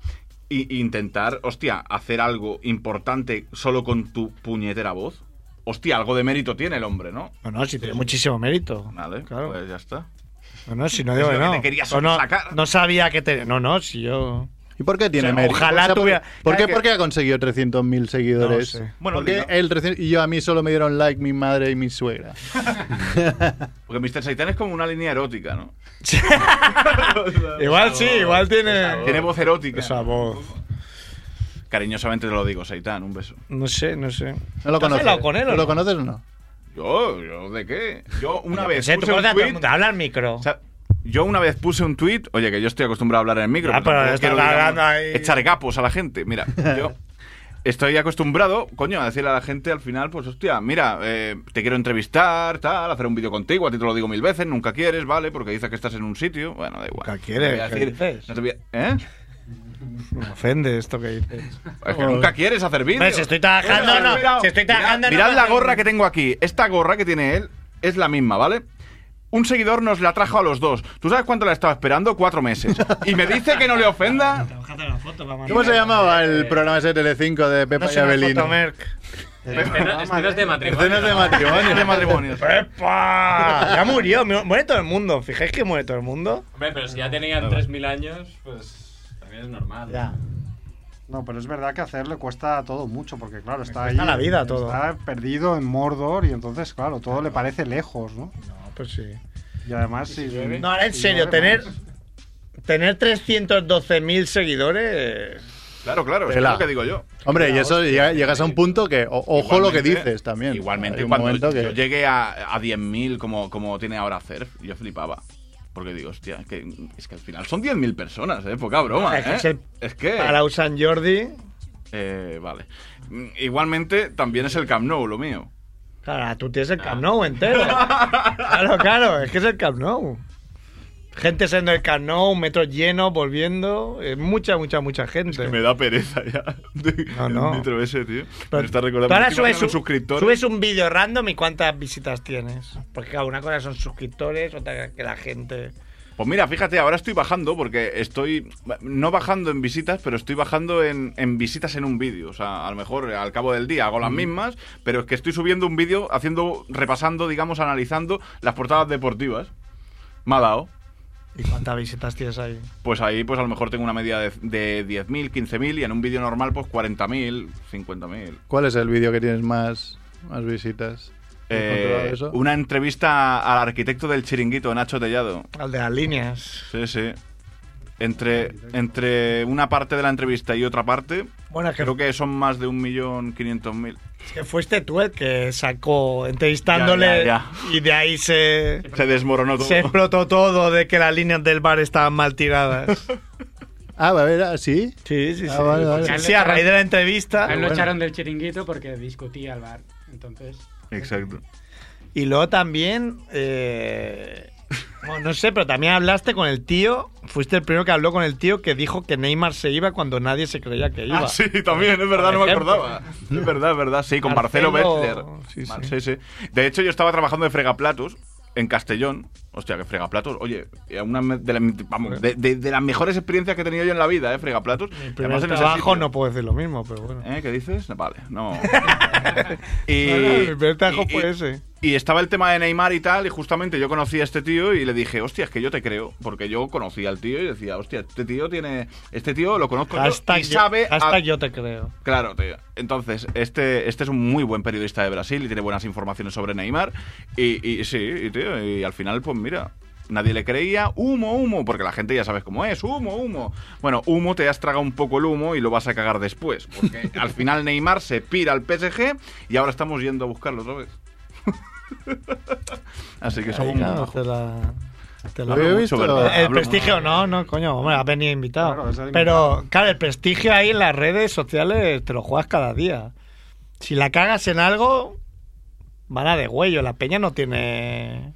Y, y intentar, hostia, hacer algo importante solo con tu puñetera voz. Hostia, algo de mérito tiene el hombre, ¿no?
No, no, si tiene muchísimo mérito.
Vale,
Claro.
pues ya está.
No, no, si no digo que
Es lo que
no.
te querías
O no,
sacar.
no sabía que te. No, no, si yo.
¿Y por qué tiene
O sea,
mérito?
ojalá
O sea, ¿por-
tuviera-
¿Por qué,
Claro que-
por qué ha conseguido 300.000 seguidores?
No sé.
Bueno,
¿Por qué
diga.
él 300 y yo a mí solo me dieron like mi madre y mi suegra.
Porque Mr. Satan es como una línea erótica, ¿no?
Igual sí, igual tiene.
Tiene voz erótica.
esa voz.
Cariñosamente te lo digo, Seitan, un beso.
No sé, no sé.
No lo
¿Tú has
conoces.
hablado con él o
¿Tú ¿Lo
no?
conoces o no?
Yo, yo, ¿de qué? Yo una
Yo qué
vez
sé, tú
puse un
corta a todo el
tuit-
mundo, habla al micro.
o sea, yo una vez puse un tweet, oye, que yo estoy acostumbrado a hablar en el micro,
Ah, pero
tampoco
estás
digamos,
hablando ahí.
echar capos a la gente. Mira, yo estoy acostumbrado, coño, a decirle a la gente al final, pues hostia, mira, eh, te quiero entrevistar, tal, hacer un vídeo contigo, a ti te lo digo mil veces, nunca quieres, ¿vale? Porque dices que estás en un sitio, bueno, da igual.
Nunca quieres,
No te voy a
¿qué
decir-
dices?
no te voy a- ¿Eh?
Me ofende esto que dices.
Es que nunca quieres hacer vídeos.
Hombre, si estoy trabajando,
Mira,
no.
mira,
Si estoy
mira,
trabajando, no
mirad
me
la
hacen-
gorra que tengo aquí. Esta gorra que tiene él es la misma, ¿vale? Un seguidor nos la trajo a los dos. ¿Tú sabes cuánto la estaba esperando? Cuatro meses. Y me dice que no le ofenda.
¿Cómo se llamaba el programa ese de Telecinco de Pepa
No
y
soy una
Abelino?
fotomerc.
Escenas escenas de matrimonio.
Escenas de matrimonio.
De matrimonios.
¡Epa! Ya murió. mu- Muere todo el mundo. ¿Fijáis que muere todo el mundo?
Hombre, pero si ya tenían 3.000 años, pues también es normal.
Ya.
No, pero es verdad que hacerle cuesta todo mucho, porque claro, está ahí.
cuesta la vida todo.
Está perdido en Mordor y entonces, claro, todo le parece lejos, ¿no?
No, pues sí.
Y además, si.
No, ahora en
si
serio,
llueve,
tener,
pues,
tener 312.000 seguidores.
Claro, claro, es
Tela.
lo que digo yo.
Hombre, y eso llega- llegas a un punto que, o- ojo lo que
Igualmente-
dices también. Hay
Igualmente,
un
cuando
momento
yo
que-
llegué a, a 10.000 como, como tiene ahora hacer, yo flipaba. Porque digo, hostia, que, es que al final son 10.000 personas, ¿eh? Poca broma,
Es que
¿eh?
es el-
Es que...
Para San Jordi.
Eh, vale. Mm, Igualmente, también es el Camp Nou lo mío.
Claro, tú tienes el
Ah.
Camp Nou entero. claro, claro, es que es el Camp Nou. Gente siendo el Camp Nou, metro lleno, volviendo. eh, mucha, mucha, mucha gente.
Que me da pereza ya.
No, no.
El nitro ese, tío.
Pero
me está
tú
recordando.
ahora
Me estoy
subes
imaginando
un,
suscriptores.
subes un vídeo random y cuántas visitas tienes. Porque claro, una cosa son suscriptores, otra que la gente.
Pues mira, fíjate, ahora estoy bajando porque estoy. No bajando en visitas, pero estoy bajando en, en visitas en un vídeo. O sea, a lo mejor al cabo del día hago
Mm.
las mismas, pero es que estoy subiendo un vídeo haciendo, repasando, digamos, analizando las portadas deportivas. Me ha dado.
¿Y cuántas visitas tienes ahí?
Pues ahí, pues a lo mejor tengo una media de, de 10.000, 15.000 y en un vídeo normal, pues 40.000, 50.000.
¿Cuál es el vídeo que tienes más, más visitas? ¿Has
Eh,
controlado eso?
una entrevista al arquitecto del chiringuito, Nacho Tellado.
Al de las líneas.
Sí, sí. Entre, entre una parte de la entrevista y otra parte,
Bueno, es que,
creo que son más de 1.500.000.
es que fuiste tú el que sacó entrevistándole
Ya, ya,
y de ahí se,
Se desmoronó todo.
se explotó todo de que las líneas del bar estaban mal tiradas.
Ah, a ver, ¿sí?
sí, sí, sí.
Ah, vale, vale.
Sí, sí, a raíz de la entrevista.
Ah,
A él lo echaron del chiringuito porque discutía al bar. Entonces,
Exacto.
Y luego también, eh, bueno, no sé, pero también hablaste con el tío, fuiste el primero que habló con el tío que dijo que Neymar se iba cuando nadie se creía que iba.
Ah, sí, también, es verdad, no
Por
me
ejemplo.
acordaba. Es verdad, es verdad, sí, con Marcelo Bettler.
Marcelo- sí,
Mar-
sí.
Sí, sí. De hecho, yo estaba trabajando de fregaplatos en Castellón. Hostia, que fregaplatos. Oye, una me- de, la- vamos, de- de- de las mejores experiencias que he tenido yo en la vida, ¿eh? Fregaplatos.
El primer
Además, en ese
trabajo
sitio.
no puedo decir lo mismo, pero bueno.
¿Eh? ¿Qué dices? Vale, no.
No, no, el primer trabajo
y-
fue
y-
ese.
Y estaba el tema de Neymar y tal, y justamente yo conocí a este tío y le dije, hostia, es que yo te creo, porque yo conocía al tío y decía, hostia, este tío tiene. Este tío lo conozco yo
Hasta
y sabe. a-
yo te creo.
Claro, tío. Entonces, este, este es un muy buen periodista de Brasil y tiene buenas informaciones sobre Neymar. Y, y sí, y, tío, y al final, pues mira, nadie le creía. Humo, humo, porque la gente ya sabes cómo es. Humo, humo. Bueno, humo te has tragado un poco el humo y lo vas a cagar después. Porque al final Neymar se pira al PSG y ahora estamos yendo a buscarlo otra vez. Así que somos un
Claro,
bajo.
te la- te la-
Había
Hablo
visto-
¿verdad?
El
Hablo
prestigio no, no, coño, hombre, has venido invitado.
Claro, es el
Pero, claro, el prestigio ahí en las redes sociales te lo juegas cada día. Si la cagas en algo, van a de huello. La peña no tiene.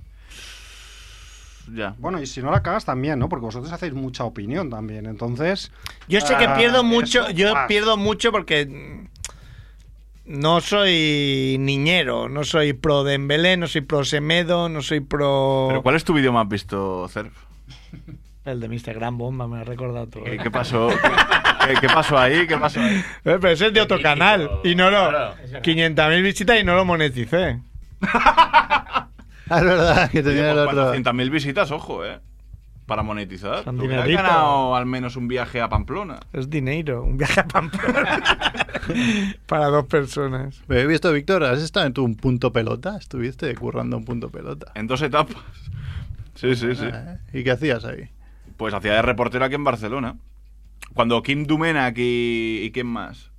Ya.
Bueno, y si no la cagas también, ¿no? Porque vosotros hacéis mucha opinión también, entonces.
Yo sé que
Ah,
pierdo
eso,
mucho, yo
ah.
pierdo mucho porque mm, no soy niñero, no soy pro Dembélé, no soy pro Semedo, no soy pro
¿Pero cuál es tu vídeo más visto, Cerf?
el de Mr. Gran Bomba, me lo has recordado tú.
¿Qué, qué pasó? ¿Qué, qué pasó ahí? ¿Qué pasó ahí?
Eh, Pero ese es de otro
Mítico.
canal y no lo
Claro.
500.000 visitas y no lo moneticé.
Ah, es verdad, que
Oye,
tenía el
pues
otro.
400.000 visitas, ojo, ¿eh? Para monetizar.
Son
Te hubieras
dinerito.
ganado al menos un viaje a Pamplona.
Es dinero, un viaje a Pamplona para dos personas.
Pero he visto, Víctor, ¿has estado en tu un punto pelota? ¿Estuviste currando un punto pelota?
En dos etapas. Sí, sí, sí.
Ah, ¿eh? ¿Y qué hacías ahí?
Pues hacía de reportero aquí en Barcelona. Cuando Kim Dumenak y, y quién más.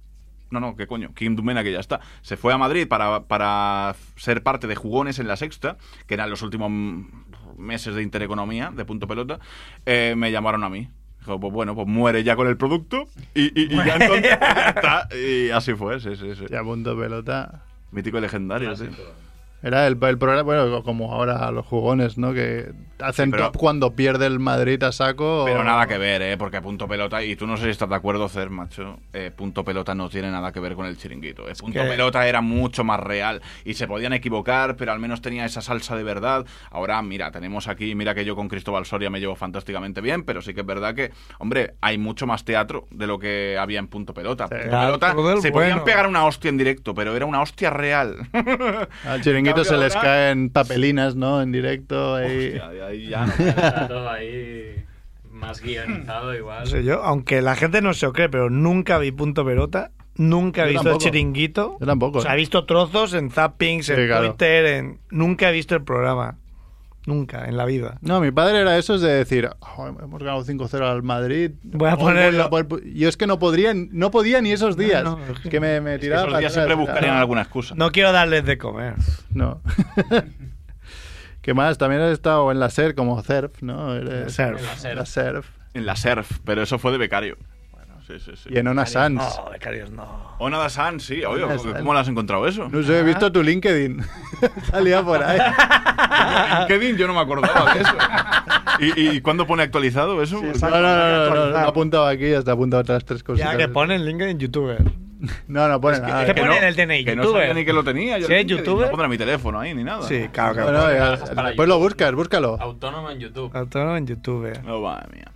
No, no, qué coño. Kim Dumena, que ya está. Se fue a Madrid para, para ser parte de Jugones en la Sexta, que eran los últimos mm, meses de intereconomía, de punto pelota. Eh, me llamaron a mí. Dijo, pues bueno, pues muere ya con el producto y, y- y ya entonces ya está. Y así fue, sí, sí, sí.
Ya punto pelota.
Mítico y legendario, sí.
Era el, el programa, bueno, como ahora los jugones, ¿no? Que hacen
Sí, pero-
top cuando pierde el Madrid a saco.
Pero nada que ver, ¿eh? Porque punto pelota, y tú no sé si estás de acuerdo, Cer, macho, eh, punto pelota no tiene nada que ver con el chiringuito. eh. Punto
que-
pelota era mucho más real y se podían equivocar, pero al menos tenía esa salsa de verdad. Ahora, mira, tenemos aquí, mira que yo con Cristóbal Soria me llevo fantásticamente bien, pero sí que es verdad que, hombre, hay mucho más teatro de lo que había en punto pelota. Punto
Teatro
pelota
del
se podían
bueno.
pegar una hostia en directo, pero era una hostia real.
Al chiringuito se les
Ahora-
caen papelinas, ¿no? En directo. ahí.
Está todo ahí más guionizado igual.
No sé yo, aunque la gente no se lo cree, pero nunca vi punto pelota, nunca he
Yo
visto
tampoco.
el chiringuito.
Yo tampoco.
O sea,
¿eh?
he visto trozos en zappings,
Sí,
en
claro.
Twitter, en... nunca he visto el programa. Nunca, en la vida.
No, mi padre era eso, es de decir, "Oh, hemos ganado 5-0 al Madrid.
Voy a
Hoy
ponerlo".
voy a poner- Yo es que no podría, no podía ni esos días.
no,
es que me, me tiraba
esos
para
días
atrás,
siempre
era-
buscarían alguna excusa.
No quiero darles de comer.
No. ¿Qué más? También has estado en la SER como CERF, ¿no? Eres-
SERF.
La SERF. La SERF.
En la surf, pero eso fue de becario. Sí, sí, sí.
Y en Ona Sans.
No, becarios no.
Ona da Sans, sí. Oye,
Ona
¿cómo,
Sans.
lo has encontrado eso?
No sé, he visto tu LinkedIn. Salía por ahí.
LinkedIn yo no me acordaba de eso. ¿Y, y cuándo pone actualizado eso? Pues
No, no, no, no, no, no, he apuntado aquí, hasta he apuntado otras tres cositas.
Ya que ponen LinkedIn youtuber.
No, no pone
Es que-
nada.
es que
Que
pone
no.
Ah, en el DNI,
Que no
youtuber.
sabía ni que lo tenía. Yo
Si es
LinkedIn,
youtuber-
No pondrá mi teléfono ahí ni nada.
Sí, claro que
Bueno,
pone.
ya,
para
después lo buscas, búscalo.
Autónomo en YouTube.
Autónomo en youtuber.
Oh, madre mía.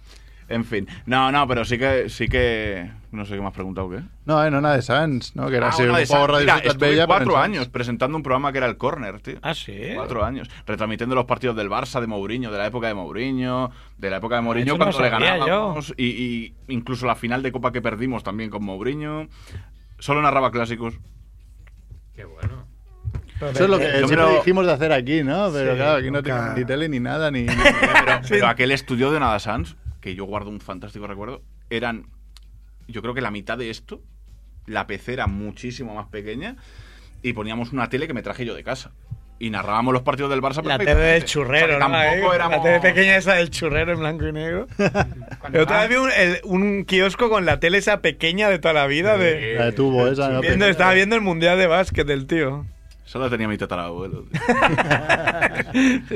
En fin. No, no, pero sí que... Sí que... No sé qué me has preguntado, ¿qué?
No, en Ona de Sans, ¿no? Que era
Ah,
así
una
un
de
poco
esas.
radio
Mira,
Ciutat
estuve
Bella, pero en
cuatro
Sans.
años presentando un programa que era el Corner, tío.
Ah, sí.
Cuatro años. Retransmitiendo los partidos del Barça, de Mourinho, de la época de Mourinho, de la época de Mourinho
Ah, Eso no
cuando le
lo sabía
ganábamos. Y, y incluso la final de Copa que perdimos también con Mourinho. Solo narraba clásicos.
Qué bueno.
Eso es lo que
Yo
siempre
creo-
dijimos de hacer aquí, ¿no? Pero
Sí,
claro, aquí no
nunca.
tenemos ni tele ni nada, ni...
Pero, pero aquel estudio de Nada Sans, que yo guardo un fantástico recuerdo, eran. Yo creo que la mitad de esto, la PC era muchísimo más pequeña y poníamos una tele que me traje yo de casa. Y narrábamos los partidos del Barça
La
perfectamente.
TV del
O
churrero,
sea,
¿no?
que Tampoco
Ahí,
éramos.
La TV pequeña esa del churrero en blanco y negro. Yo otra vez vi un, el- un kiosco con la tele esa pequeña de toda la vida. De,
La de tubo esa, ¿no?
viendo- estaba viendo el mundial de básquet del tío.
Eso la tenía mi tatarabuelo. tío.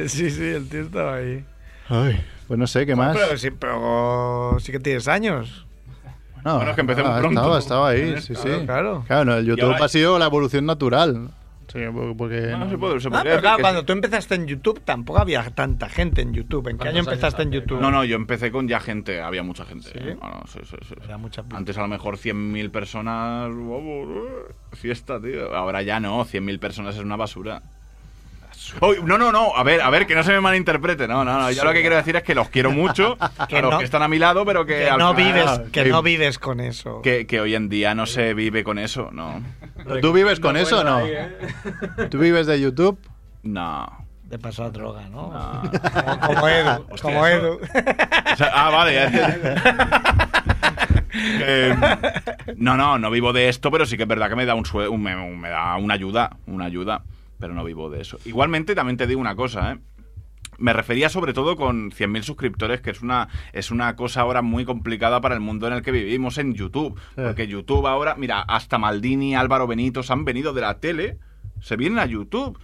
Sí, sí, el tío estaba ahí.
Ay, pues no sé, ¿qué más?
Pero sí, pero sí que tienes años.
No,
Bueno, es que empecemos
ah,
pronto.
Estaba, estaba ahí, sí,
Claro,
sí.
claro.
Ah,
Claro, no, el
Y
YouTube
ahora-
ha sido la evolución natural. Sí, porque- porque...
No, se puede, se
Ah,
podría
pero
decir
claro,
que
cuando
sí.
tú empezaste en YouTube tampoco había tanta gente en YouTube. ¿En qué año
¿Cuántos
empezaste en
años hace?
YouTube?
No, no, yo empecé con ya gente, había mucha gente. ¿eh? No, no, sí, sí, sí.
Había mucha pi-
Antes a lo mejor 100.000 personas. wow, eh, Fiesta, tío. Ahora ya no, 100.000 personas es una basura. Uy, no, no, no, a ver, a ver, que no se me malinterprete. No, no, no. Yo lo que quiero decir es que los quiero mucho,
Que
a los
no-
que están a mi lado, pero que.
Que
al
no
final-
vives, que
que-
no vives con eso.
Que, que hoy en día no se vive con eso, no.
Pero ¿Tú vives con eso o no?
¿eh?
¿eh?
¿Tú vives de YouTube?
No.
Te pasó a droga, ¿no?
no.
Como, como Edu,
Hostia,
como
eso-
Edu.
O sea, ah, vale. Eh, no, no, no vivo de esto, pero sí que es verdad que me da un, sue- un- me, me da una ayuda, una ayuda, pero no vivo de eso. Igualmente también te digo una cosa, ¿eh? Me refería sobre todo con 100.000 suscriptores, que es una, es una cosa ahora muy complicada para el mundo en el que vivimos en YouTube. Porque YouTube ahora, mira, hasta Maldini, Álvaro Benito se han venido de la tele, se vienen a YouTube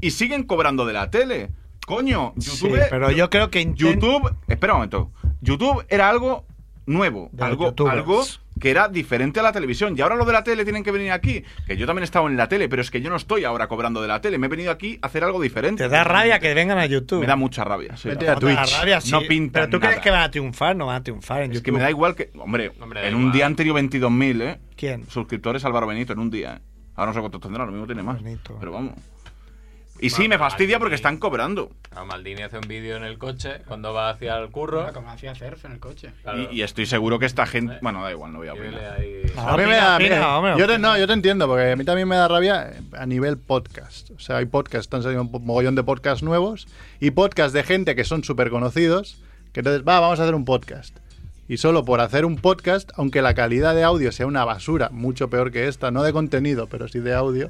y siguen cobrando de la tele. Coño,
Sí,
YouTube
pero yo creo que en
YouTube, espera un momento. YouTube era algo nuevo,
De los
algo,
youtubers.
algo que era diferente a la televisión. Y ahora lo de la tele tienen que venir aquí. Que yo también he estado en la tele, pero es que yo no estoy ahora cobrando de la tele. Me he venido aquí a hacer algo diferente.
Te da rabia que vengan a YouTube.
Me da mucha rabia. sí.
Vete a
No te da
Twitch.
rabia, sí.
No pintan
Pero tú
nada.
crees que van a triunfar, no van a triunfar en
Es
YouTube.
que me da igual que. Hombre,
Hombre, da
en un
igual.
día anterior 22.000, ¿eh?
¿Quién?
Suscriptores Álvaro Benito en un día, ¿eh? Ahora no sé cuántos tendrá, lo mismo tiene más.
Benito.
Pero vamos. Y sí, me fastidia porque están cobrando.
A Maldini hace un vídeo en el coche cuando va hacia el
Ah,
curro.
Como hacía Cerf en el coche.
Claro. Eh.
Y, y estoy seguro que esta gente. Bueno, da igual, no voy a
Y vele
opinar.
ahí.
No,
A mí me
opina,
da,
opina,
mira,
hombre,
yo te, no, yo te entiendo, porque a mí también me da rabia eh, a nivel podcast. O sea, hay podcasts, están saliendo un po- mogollón de podcasts nuevos y podcasts de gente que son súper conocidos, que entonces, va, vamos a hacer un podcast. y solo por hacer un podcast, aunque la calidad de audio sea una basura, mucho peor que esta, no de contenido, pero sí de audio,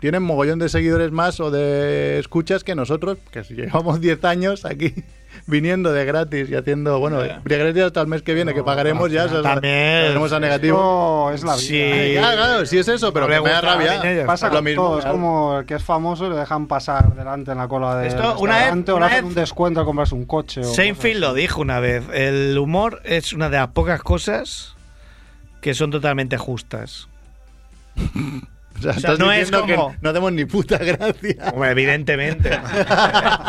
tienen mogollón de seguidores más o de escuchas que nosotros, que si llevamos 10 años aquí viniendo de gratis y haciendo, bueno, de de gratis hasta el mes que viene, que pagaremos ya, se-
también.
tenemos a negativo.
Esto es la vida.
Sí, ya, claro, sí es eso, pero
No le
que me da
gusta
rabia.
a ellos. Pasa
Es lo
con
mismo.
todo, es
claro.
como el que es famoso y le dejan pasar delante en la cola de
Esto, una vez-
o le
una vez-
hacen un descuento al comprarse un coche. o-
Seinfeld lo dijo una vez. El humor es una de las pocas cosas que son totalmente justas.
O sea,
O sea,
estás
no es
diciendo que
como-
no hacemos ni puta gracia.
Hombre, evidentemente.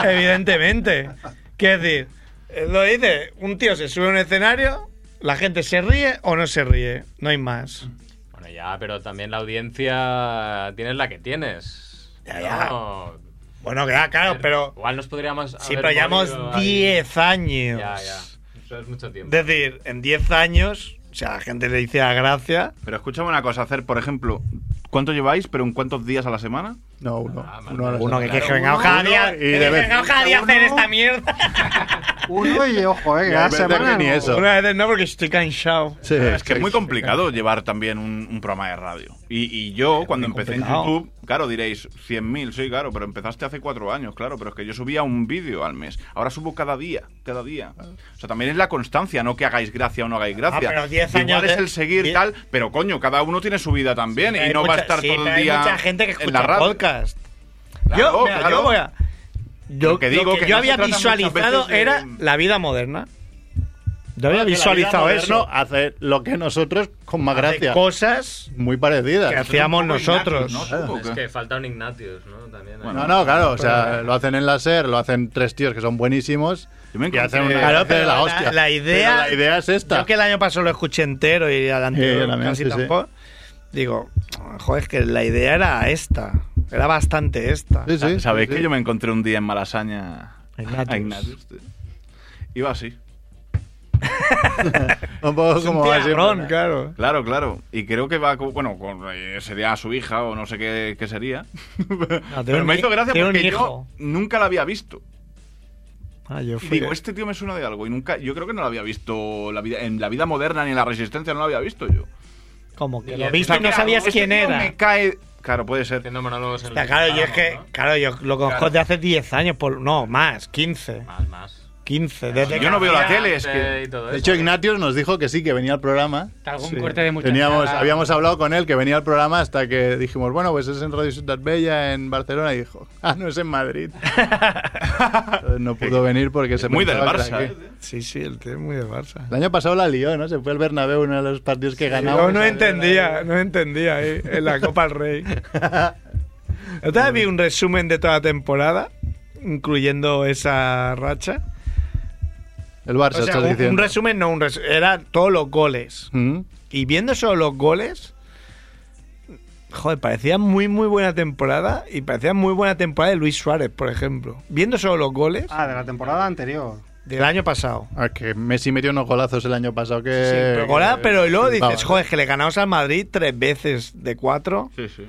evidentemente. Quiero decir, eh, lo dice, un tío se sube a un escenario, la gente se ríe o no se ríe. No hay más.
Bueno, ya, pero también la audiencia tienes la que tienes.
ya.
No,
Bueno, que ya, claro, pero.
Igual nos podríamos.
Si
haber
pero llevamos
movido ahí.
10 años.
Ya, ya. Eso es mucho
Es
tiempo.
decir, en 10 años, o sea, la gente le dice la gracia.
Pero escúchame una cosa, hacer, por ejemplo, ¿cuánto lleváis, pero en cuántos días a la semana?
No, uno.
Ah, uno,
Uno que que vengamos cada día.
y de
que
vez.
vengamos cada día a hacer esta mierda.
Uno y ojo, eh, cada semana. no.
Una vez no, porque estoy cansado.
es que es muy complicado llevar también un, un programa de radio. Y, y yo, cuando empecé
complicado.
en YouTube, claro, diréis 100.000, sí, claro, pero empezaste hace cuatro años, claro, pero es que yo subía un vídeo al mes. Ahora subo cada día, cada día. O sea, también es la constancia, no que hagáis gracia o no hagáis gracia.
Ah, pero 10
Igual
años
es
de-
el seguir
die-
tal, pero coño, cada uno tiene su vida también
Hay
y no va a
mucha-
estar
sí,
todo
pero
el día
Hay mucha gente que escucha
en la radio.
podcast.
Claro,
yo, mira,
claro.
yo voy a- yo-
Lo que
lo
digo
que
que
yo
no se
había
trata muchas
visualizado
veces de-
era la vida moderna. Yo había visualizado eso.
Hacer lo que nosotros con más
Hace
gracia.
cosas
muy parecidas.
que hacíamos nosotros.
Es que falta un Ignatius, ¿no? También. hay-
No, no, claro, o sea, lo hacen en la SER, lo hacen tres tíos que son buenísimos y hacen una
Claro,
hacen
Eh, pero
la
la-
hostia.
la idea-
Pero la idea es esta.
Yo que el año pasado lo escuché entero y al anterior
Sí, yo también,
casi
sí, sí.
tampoco. Digo, joder, es que la idea era esta. Era bastante esta.
Sa- ¿Sabéis que yo me encontré un día en Malasaña
Ignatius.
a Ignatius? tío? Iba así.
Un poco
Es un
como así.
teatrón,
pero-
claro.
Claro, claro. Y creo que va, co- bueno, con, eh, sería su hija o no sé qué, qué sería. Pero
un
me
hi-
hizo gracia
tiene un
porque yo
hijo.
nunca la había visto.
Ah, yo
Y
fui-
digo, este tío me suena de algo y nunca, yo creo que no lo había visto la vida, en la vida moderna ni en la resistencia no lo había visto yo.
Como que
Y
lo
el-
viste y no
claro,
sabías
este
quién
tío
era.
Me cae, claro, puede ser.
O sea, claro, yo es que, claro, yo lo conozco
Claro.
de hace 10 años, por, no, más, 15. Más,
más.
15. Desde
Yo no veo la tele,
es
que- y todo
De hecho, Ignatius nos dijo que sí, que venía al programa.
Algún
Sí.
corte de muchacha.
Teníamos, habíamos hablado con él que venía al programa hasta que dijimos, bueno, pues es en Radio Ciudad Bella, en Barcelona, y dijo, ah, no es en Madrid. Entonces no pudo venir porque se
muy del
pensaba que
Barça,
era aquí.
¿eh?
Sí, sí, el tío es muy de Barça.
El año pasado la lió, ¿no? Se fue al Bernabéu, uno de los partidos que ganamos.
Yo no entendía, no entendía ahí, en la Copa del Rey. Otra vez vi un resumen de toda la temporada, incluyendo esa racha.
El
O
Barça,
sea,
estás
un,
diciendo.
un resumen, no, un resu- era todos los goles.
Mm.
Y viendo solo los goles, joder, parecía muy, muy buena temporada. Y parecía muy buena temporada de Luis Suárez, por ejemplo. Viendo solo los goles
Ah, de la temporada anterior.
del año pasado.
Ah, que Messi metió unos golazos el año pasado que...
Sí, pero, golada, pero luego dices,
Eh, Vamos.
joder, que le ganamos al Madrid tres veces de cuatro.
Sí, sí.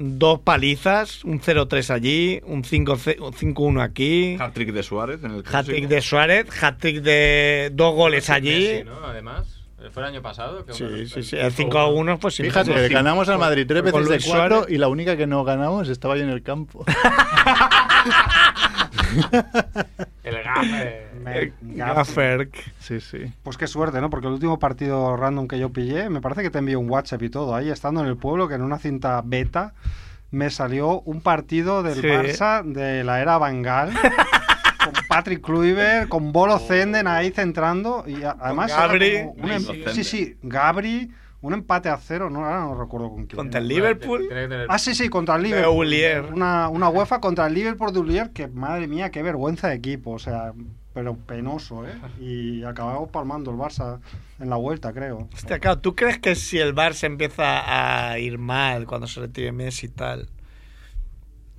Dos palizas, un 0-3 allí, un 5-0 un 5-1 aquí.
Hat-trick de Suárez en el
Hat-trick
clásico.
de Suárez, hat-trick de dos goles allí.
Messi, ¿no? Además, fue el año pasado. Que
Sí, sí, sí. El 5-1 pues
Fíjate, que ganamos al Madrid tres
con
veces de
Luis
cuatro
Suárez.
y la única que no ganamos estaba yo en el campo.
El gafe.
eh,
Me-
Sí, sí.
Pues qué suerte, ¿no? Porque el último partido random que yo pillé, me parece que te envié un WhatsApp y todo. Ahí estando en el pueblo, que en una cinta beta me salió un partido del
Sí.
Barça de la era Bangal. con Patrick Kluivert, con Bolo Zenden ahí centrando. Y a- además. era
Oh. Gabri.
como un em-
Bolo Zenden.
sí, sí, Gabri. Un empate a cero, no, ahora no recuerdo con quién.
Contra
era.
el Liverpool.
Ah, sí, sí, contra el
De
Liverpool.
Ulier.
Una, una UEFA contra el Liverpool de Ulier, que madre mía, qué vergüenza de equipo, o sea, pero penoso, ¿eh? Y acabamos palmando el Barça en la vuelta, creo.
Hostia, claro, ¿tú crees que si el Barça empieza a ir mal cuando se retire Messi y tal,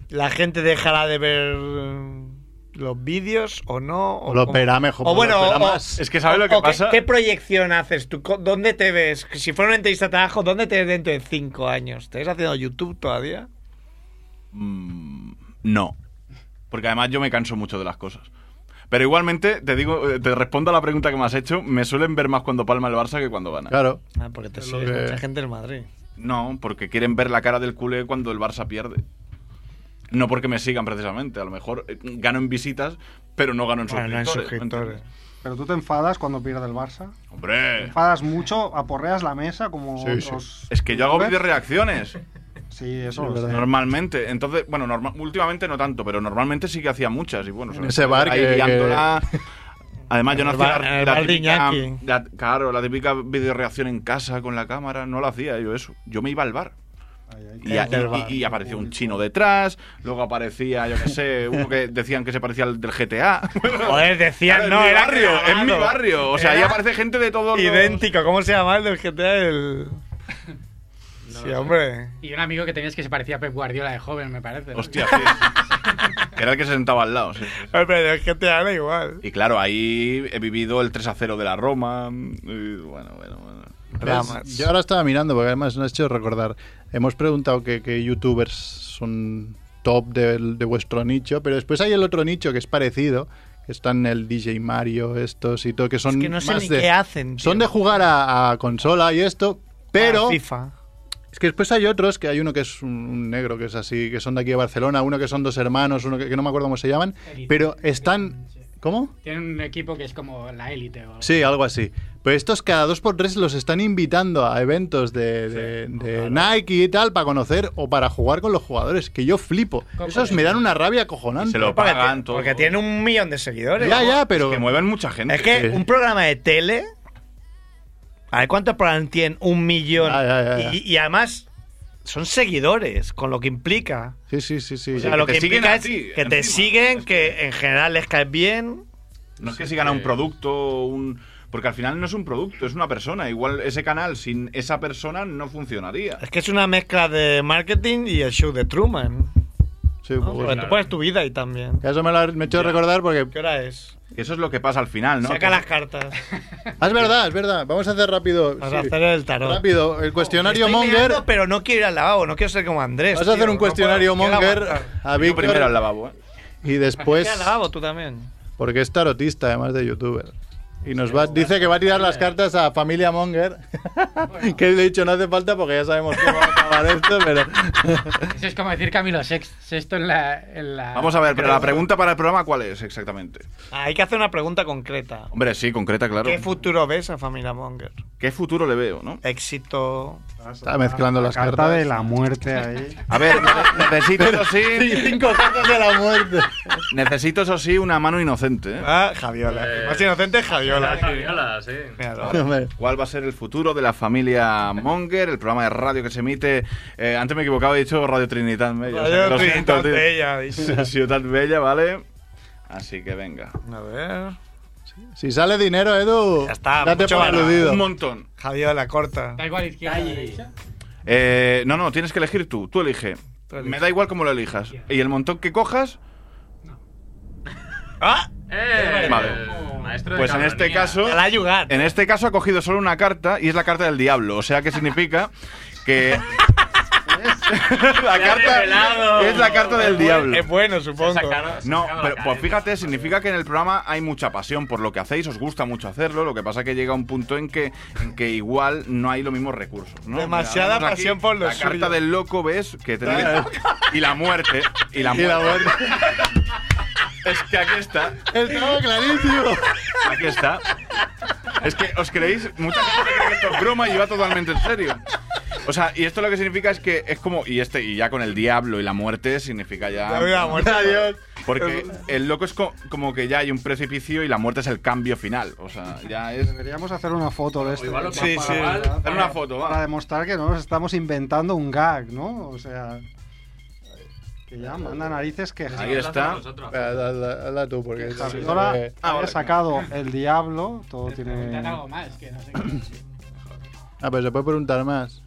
la gente dejará de ver eh, los vídeos o no?
O lo
cómo?
verá mejor,
O
lo
bueno,
verá
o-
más. Es que ¿sabes
o-
lo que
o qué-
pasa?
Qué, proyección haces tú? Co- ¿Dónde te ves? Si fuera una entrevista de trabajo, ¿dónde te ves dentro de cinco años? ¿Te ves haciendo YouTube todavía?
Mm, no. Porque además yo me canso mucho de las cosas. Pero igualmente, te digo, eh, te respondo a la pregunta que me has hecho. Me suelen ver más cuando palma el Barça que cuando gana.
Claro.
Ah, porque te
Es
sigue
lo que-
mucha gente en Madrid.
No, porque quieren ver la cara del culé cuando el Barça pierde. No porque me sigan precisamente. A lo mejor eh, gano en visitas, pero no gano en
Bueno, no en
suscriptores.
suscriptores.
¿entiendes?
Pero tú te enfadas cuando pierde el Barça. Te
Hombre.
enfadas mucho, aporreas la mesa como otros.
Es que yo hago
youtubers.
vídeos reacciones.
Sí, eso lo sé.
Normalmente. Entonces, bueno, norma- últimamente no tanto, pero normalmente sí que hacía muchas. Y bueno,
En
sobre
ese
todo
bar
ahí
que-
liándola. Además, yo no
En el
hacía
bar- en el
la,
bar de
típica,
Iñaki.
la- claro, la típica videoreacción en casa con la cámara. No la hacía yo eso. Yo me iba al bar. Y,
El del
y-
bar.
y aparecía un chino detrás, luego aparecía, yo qué sé, uno que decían que se parecía al del GTA.
Joder, decían,
Claro,
no,
en mi
era
barrio,
grabado.
en mi barrio. O sea, ahí
Era
aparece gente de todos los-
Idéntico, ¿cómo se llama el del GTA? El... sí, hombre.
Y un amigo que tenías que se parecía a Pep Guardiola de joven, me parece. ¿no?
Hostia, sí. Que era el que se sentaba al lado, sí.
Pero el GTA era igual.
Y claro, ahí he vivido el 3 a 0 de la Roma. y bueno, bueno, bueno.
Pues, Yo ahora estaba mirando, porque además nos has hecho recordar. Hemos preguntado qué qué youtubers son top del- de, vuestro nicho, pero después hay el otro nicho que es parecido. que Están el DJ Mario, estos y todo, que son
Es que no sé
más
ni
de.
qué hacen, tío.
Son de jugar a, a consola y esto, pero.
Ah, FIFA.
Es que después hay otros, que hay uno que es un, un negro, que es así, que son de aquí de Barcelona, uno que son dos hermanos, uno que, que no me acuerdo cómo se llaman, pero están... ¿Cómo?
Tienen un equipo que es como la élite. o-
Sí, algo así. Pero estos cada dos por tres los están invitando a eventos de, de- de Nike y tal para conocer o para jugar con los jugadores, que yo flipo. Esos me dan una rabia acojonante.
Porque ti- Porque tienen un millón de seguidores.
Ya, ya, pero...
Que mueven mucha gente.
Es que un programa de tele. A ver cuántos programas tienen un millón.
ya.
Y, y además, son seguidores, con lo que implica.
Sí, sí, sí, sí.
O sea, Pues lo que, implica es que te siguen, que en general les caes bien.
No es que sigan a un producto, un... Porque al final no es un producto, es una persona. Igual ese canal sin esa persona no funcionaría.
Es que es una mezcla de marketing y el show de Truman.
Sí,
¿no?
pues,
Porque
claro.
tú pones tu vida ahí también.
Eso me lo has- me he hecho recordar porque...
¿Qué hora es?
Eso es lo que pasa al final, ¿no?
Saca las cartas.
Ah, es verdad, es verdad. Vamos a hacer rápido...
Vas
sí.
a hacer el tarot.
Rápido, el cuestionario
Estoy
Monger...
meando, pero no quiero ir al lavabo, no quiero ser como Andrés.
Vas a hacer
tío,
un
no puedo, quiero
cuestionario Monger
aguantar.
a Víctor.
primero al lavabo, ¿eh?
Y después,
Ve al lavabo tú también.
porque es tarotista, además de youtuber. Y nos va, dice que va a tirar las cartas a familia Monger. que le he dicho, no hace falta porque ya sabemos cómo va a acabar esto, pero.
Eso es como decir Camilo Sex- Sexto en la, en la-
Vamos a ver, pero la pregunta para el programa, ¿cuál es exactamente?
Ah, hay que hacer una pregunta concreta.
Hombre, sí, concreta, claro.
¿Qué futuro ves a familia Monger?
¿Qué futuro le veo, no?
Éxito.
Está mezclando las
carta
cartas.
de la muerte ahí.
A ver, necesito eso sí.
Cinco cartas de la muerte.
Necesito eso sí una mano inocente. ¿eh?
Ah, Javiola. Más inocente es Javiola.
Javiola, sí.
¿Cuál va a ser el futuro de la familia Monger? El programa de radio que se emite. eh, antes me he equivocado, he dicho Radio Trinitat Mella.
Radio
que lo
Trinitat
tío.
Vella, dice.
Ciudad Bella, ¿vale? Así que venga.
A ver.
Si sale dinero, Edu,
está,
date
mucho
por
barato.
aludido.
Un
montón.
Javiola, corta.
Da igual izquierda o derecha.
Eh, no, no, tienes que elegir tú. Tú elige. Me da igual cómo lo elijas. Y el montón que cojas.
¡Ah!
Eh,
Vale.
Maestro de
Pues en este caso. En este caso ha cogido solo una carta y es la carta del diablo. O sea que significa que. la
revelado.
carta es la carta del diablo.
Es bueno, supongo.
No, pero pues fíjate, significa que en el programa hay mucha pasión por lo que hacéis, os gusta mucho hacerlo, lo que pasa que llega un punto en que, en que igual no hay los mismos recursos. ¿no?
Demasiada
Mira, vemos
pasión por lo
La
suyo.
carta del loco, ¿ves? Que tenéis-
Claro.
Y la muerte. Y la
Y la
muerte. es que aquí está.
Estaba clarísimo.
Aquí está. Es que os creéis, mucha gente cree que esto es broma y va totalmente en serio. O sea, y esto lo que significa es que es como y este y ya con el diablo y la muerte significa ya
La muerte. Adiós.
porque el loco es co- como que ya hay un precipicio y la muerte es el cambio final, o sea, ya es
Deberíamos hacer una foto de esto.
igual lo
Para-
que- Sí, sí.
para-
Hacer una foto, va.
Para demostrar que no nos estamos inventando un gag, ¿no? O sea. Que ya manda narices que.
Ahí está.
Hazla, hazla- hazla tú, porque.
Ahora he sacado el diablo, todo
Este
tiene.
Algo más, que no sé qué.
Ah, pero se puede preguntar más.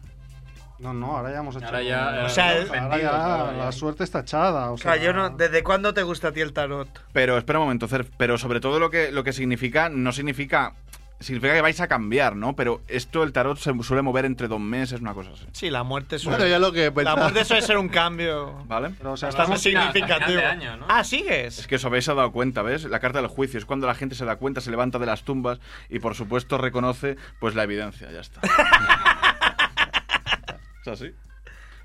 No, no, ahora ya hemos hecho.
Ahora ya,
O sea, eh,
ahora
vendidos,
ya
ahora ya.
la suerte está echada. O
O sea,
sea,
yo no, ¿Desde cuándo te gusta a ti el tarot?
Pero espera un momento, Cer, pero sobre todo lo que, lo que significa, no significa significa que vais a cambiar, ¿no? Pero esto, el tarot se suele mover entre dos meses, una cosa así.
Sí, la muerte suele.
Bueno, ya lo que
la
pensaba.
muerte suele ser un cambio.
¿Vale?
Pero, o sea, Bastante no es hasta- hasta significativo. final de año, ¿no? Ah, sigues.
Es que os habéis dado cuenta, ¿ves? La carta del juicio es cuando la gente se da cuenta, se levanta de las tumbas y, por supuesto, reconoce pues la evidencia, ya está. ¿Es así?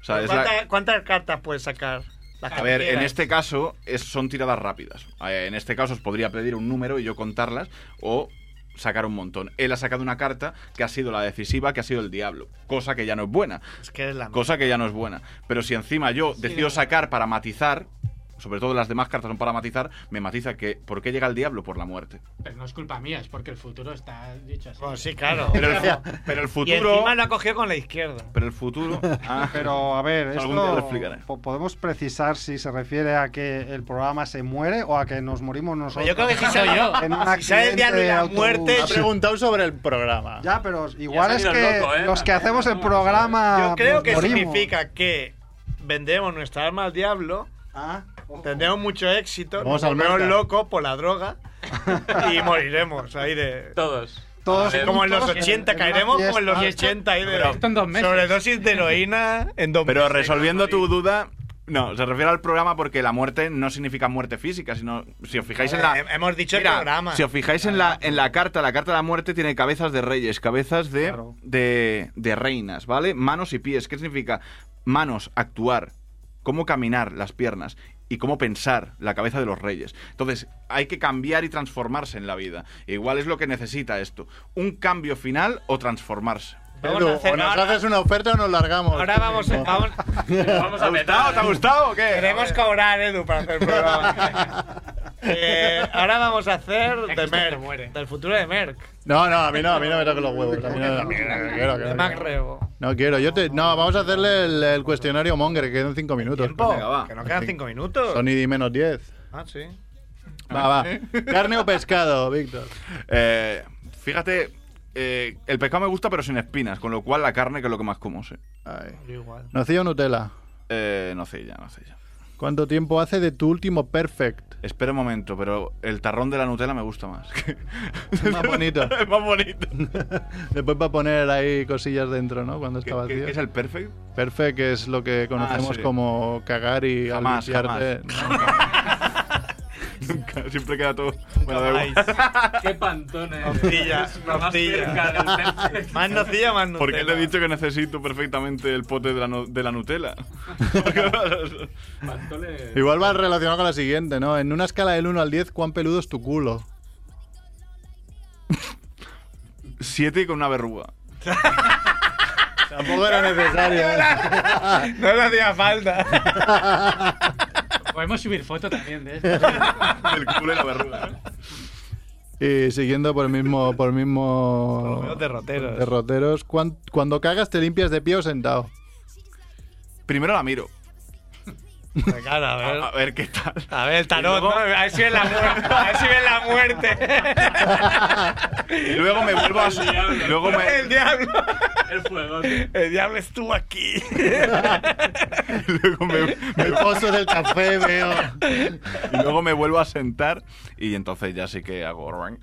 O sea, es la-
¿Cuántas, cuántas cartas puedes sacar? Las
A ver, en
carteras.
este caso es- son tiradas rápidas. Eh, En este caso os podría pedir un número y yo contarlas o sacar un montón. Él ha sacado una carta que ha sido la decisiva, que ha sido el diablo, cosa que ya no es buena.
Es que es la
Cosa que ya no es buena. Pero si encima yo decido sacar para matizar, sobre todo las demás cartas son para matizar, me matiza que ¿por qué llega el diablo? Por la muerte.
Pero no es culpa mía, es porque el futuro está dicho así.
sí, claro.
Pero el, fu- pero el
Y
futuro...
encima lo ha cogido con la izquierda.
Pero el futuro... Ah.
Pero a ver,
Algún día lo
esto
explicaré.
po- podemos precisar si se refiere a que el programa se muere o a que nos morimos nosotros.
yo creo que sí soy yo.
En un
Si sale el día
accidente
de la
autobús.
muerte,
Ha preguntado sobre el programa.
Ya, pero igual
Ya
es
se ha
que
ido loco, ¿eh?
los que hacemos el programa
Yo creo
nos
que
Ah, morimos.
significa que vendemos nuestra alma al diablo.
Ah,
Tendremos mucho éxito.
Vamos
nos
al
volvemos
Merca.
locos por la droga. y moriremos ahí de.
Todos.
Todos
como en los
juntos,
80,
en una
caeremos como en los
fiesta.
80 ahí de.
Pero esto en dos meses.
Sobredosis de heroína en dos
Pero
meses.
resolviendo tu duda, no, se refiere al programa porque la muerte no significa muerte física, sino si os fijáis en la
Hem- Eh, Hemos dicho
Mira,
el programa.
Si os fijáis en la, en la carta, la carta de la muerte tiene cabezas de reyes, cabezas de, de, de reinas, ¿vale? Manos y pies. ¿Qué significa? Manos, actuar, cómo caminar las piernas y cómo pensar la cabeza de los reyes. Entonces, hay que cambiar y transformarse en la vida. Igual es lo que necesita esto. Un cambio final o transformarse.
Edu, o nos haces una oferta o nos largamos.
Ahora vamos, vamos,
¿Te ha gustado? ¿Te ha gustado o qué?
Queremos cobrar, Edu, para hacer el programa. Eh, ahora vamos a hacer de Merck, del futuro de Merck.
No, no, a mí no, a mí no me toques los huevos. A mí no, no quiero,
de
quiero.
Mac Rebo.
No quiero, yo te. No, vamos a hacerle el, el cuestionario Monger, que quedan 5 minutos.
Que nos quedan 5 minutos.
Son y menos 10.
Ah, sí.
Va, va. ¿Carne o pescado, Víctor?
Eh, fíjate, eh, el pescado me gusta pero sin espinas, con lo cual la carne que es lo que más como, sí.
¿Nocilla o Nutella?
Eh, no sé ya, no sé ya.
¿Cuánto tiempo hace de tu último perfect?
Espera un momento, pero el tarrón de la Nutella me gusta más.
Es más bonito.
es más bonito.
Después va a poner ahí cosillas dentro, ¿no? Cuando está
¿Qué,
vacío.
qué es el perfect?
Perfect es lo que conocemos
Ah, sí.
como cagar y
Jamás,
aliciarte.
Nunca, siempre queda todo. Bueno, da igual.
Qué pantones.
Nocilla,
Es lo más cerca del
nocilla.
perfecto.
Más nocilla, más
¿Por qué
Nutella.
te he dicho que necesito perfectamente el pote de la, nu- de la Nutella?
Pantones.
Igual va relacionado con la siguiente, ¿no? En una escala del 1 al 10, ¿cuán peludo es tu culo?
Siete y con una verruga.
Tampoco era necesario. ¿eh?
No le hacía falta.
Podemos subir foto también de esto.
El culo y la verruga.
Y siguiendo por el mismo. Por el mismo
menos derroteros.
derroteros, ¿cuán- cuando cagas, ¿te limpias de pie o sentado?
Primero la miro.
Pues Claro, a ver.
A ver qué tal.
A ver, el tarot, ¿no? A ver si ven la muerte. A ver si ven la muerte.
Y luego me vuelvo a. Luego me,
El diablo.
El fuego.
El diablo estuvo aquí.
luego me-
El pozo del café, veo.
y luego me vuelvo a sentar y entonces ya sí que hago rank.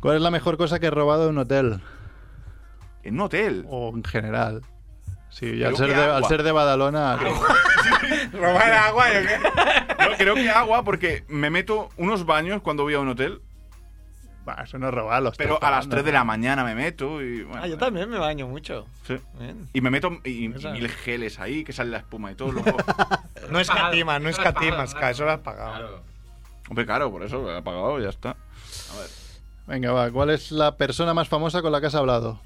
¿Cuál es la mejor cosa que he robado de un hotel?
En un hotel.
Oh.
O en general. Sí, y al
Creo
ser,
que
de, al
agua. Ah.
ser de Badalona.
Robar agua, yo qué.
Yo creo que agua porque me meto unos baños cuando voy a un hotel,
Bah, eso no es robar, lo estás
pero a las
pagando.
3 de la mañana me meto y. bueno,
Ah, yo también me baño mucho. ¿eh?
sí.
Bien.
Y me meto y, y
Esa.
mil geles ahí, que sale la espuma y todo. Luego,
No es
Pagado.
catima, no es
Eso lo has pagado,
catima,
claro.
eso lo has pagado.
Claro.
hombre, claro, por eso lo he apagado, ya está.
Venga, va. ¿Cuál es la persona más famosa con la que has hablado?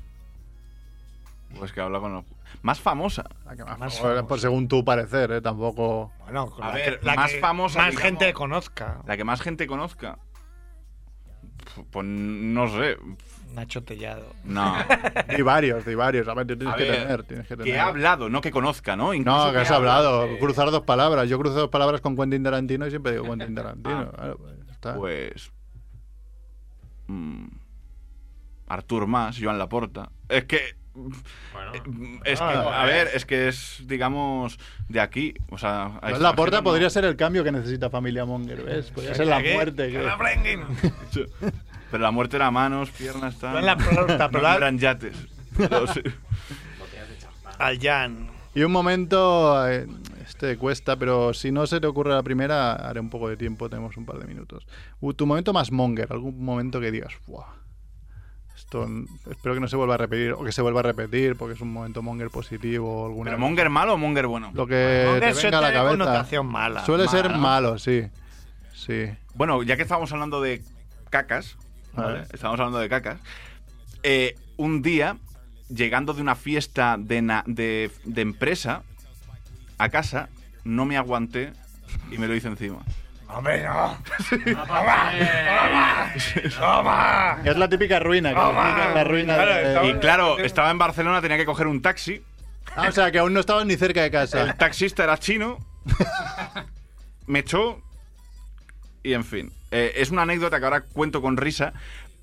Pues que habla con los. Más famosa.
La que
Más
famosa,
famosa.
por según tu parecer, ¿eh? Tampoco.
Bueno, con
A
la
ver,
que- la
más
que
famosa,
Más
digamos.
gente conozca.
La que más gente conozca. Pues no sé.
Nacho Tellado.
No.
Y varios, y varios. A ver, tienes
A
que
ver,
tener. Tienes que tener.
Que ha hablado, no que conozca, ¿no? Incluso
no, que has
ha
hablado. Cruzar dos palabras. Yo cruzo dos palabras con Quentin Tarantino y siempre digo Quentin Tarantino. Claro, pues, ya está.
Pues. mm, Artur Mas, Joan Laporta. Es que.
Bueno.
Eh,
Es que,
Ah,
a ver, es que es, digamos, de aquí. O sea, a
Pues la
extranjero
puerta
no.
podría ser el cambio que necesita Familia Monger, ¿ves? Podría ser la
¿Qué?
muerte.
¡Que
que-
la prenguen!
Pero la muerte era manos, piernas, tal.
Pero la flauta, pero
No
la-
eran yates. Los-
Al Jan.
Y un momento, eh, este cuesta, pero si no se te ocurre la primera, haré un poco de tiempo, tenemos un par de minutos. Uh, tu momento más monger, algún momento que digas, "Buah, Esto n- espero que no se vuelva a repetir, o que se vuelva a repetir, porque es un momento monger positivo o alguna.
¿Pero monger malo o monger bueno?
Lo que
Monger
Eh, te
suele
venga a la
tener
cabeza.
connotación mala.
Suele
Mala,
ser
¿no?
malo, sí. Sí.
Bueno, ya que estábamos hablando de cacas, ¿vale?
Vale.
estábamos hablando de cacas, eh, un día, llegando de una fiesta de, na- de, de empresa a casa, no me aguanté y me lo hice encima.
Hombre, no.
Es la típica ruina, que explican la ruina de-
Y claro, estaba en Barcelona, tenía que coger un taxi.
Ah, o sea, que aún no estabas ni cerca de casa.
El taxista era chino. me echó. Y en fin. Eh, es una anécdota que ahora cuento con risa.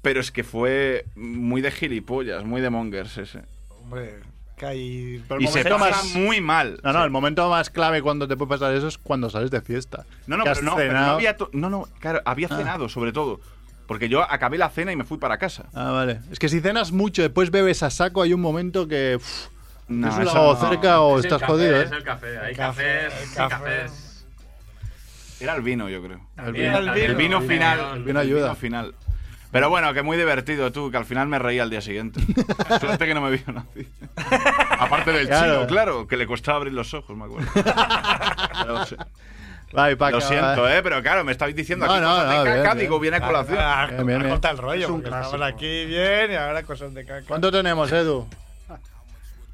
Pero es que fue muy de gilipollas, muy de mongers ese.
Hombre, que hay.
Pero el Y se momento pasa más-
muy mal.
No, no, el momento más clave cuando te puede pasar eso es cuando sales de fiesta.
No, no,
Que has
pero no, pero no
cenado-
había. to- No, no, claro, había
Ah.
cenado, sobre todo. Porque yo acabé la cena y me fui para casa.
Ah, vale. Es que si cenas mucho, después bebes a saco, hay un momento que. uff,
No,
es un
eso
lado
no.
cerca o
Es el
estás
café,
jodido, ¿eh?
Es el café, hay
El café,
cafés,
el
hay
café.
cafés.
Era el vino, yo creo.
El vino. El vino.
El vino
El
final.
vino. El vino ayuda.
final. Pero bueno, que muy divertido tú, que al final me reí al día siguiente. Suerte que no me vio nadie. Aparte del
Claro.
chino, claro, que le costaba abrir los ojos, me acuerdo. Pero sí.
Vale, Paca,
Lo siento,
va.
¿eh? Pero claro, me estáis diciendo
No,
aquí
no,
cosas
no,
de
bien,
caca,
bien.
digo, viene a colación.
Ah,
Bien, bien, bien.
Corta el rollo,
Es un
porque estaban
clásico.
aquí bien y ahora cosas de
eh.
caca.
¿Cuánto tenemos, Edu?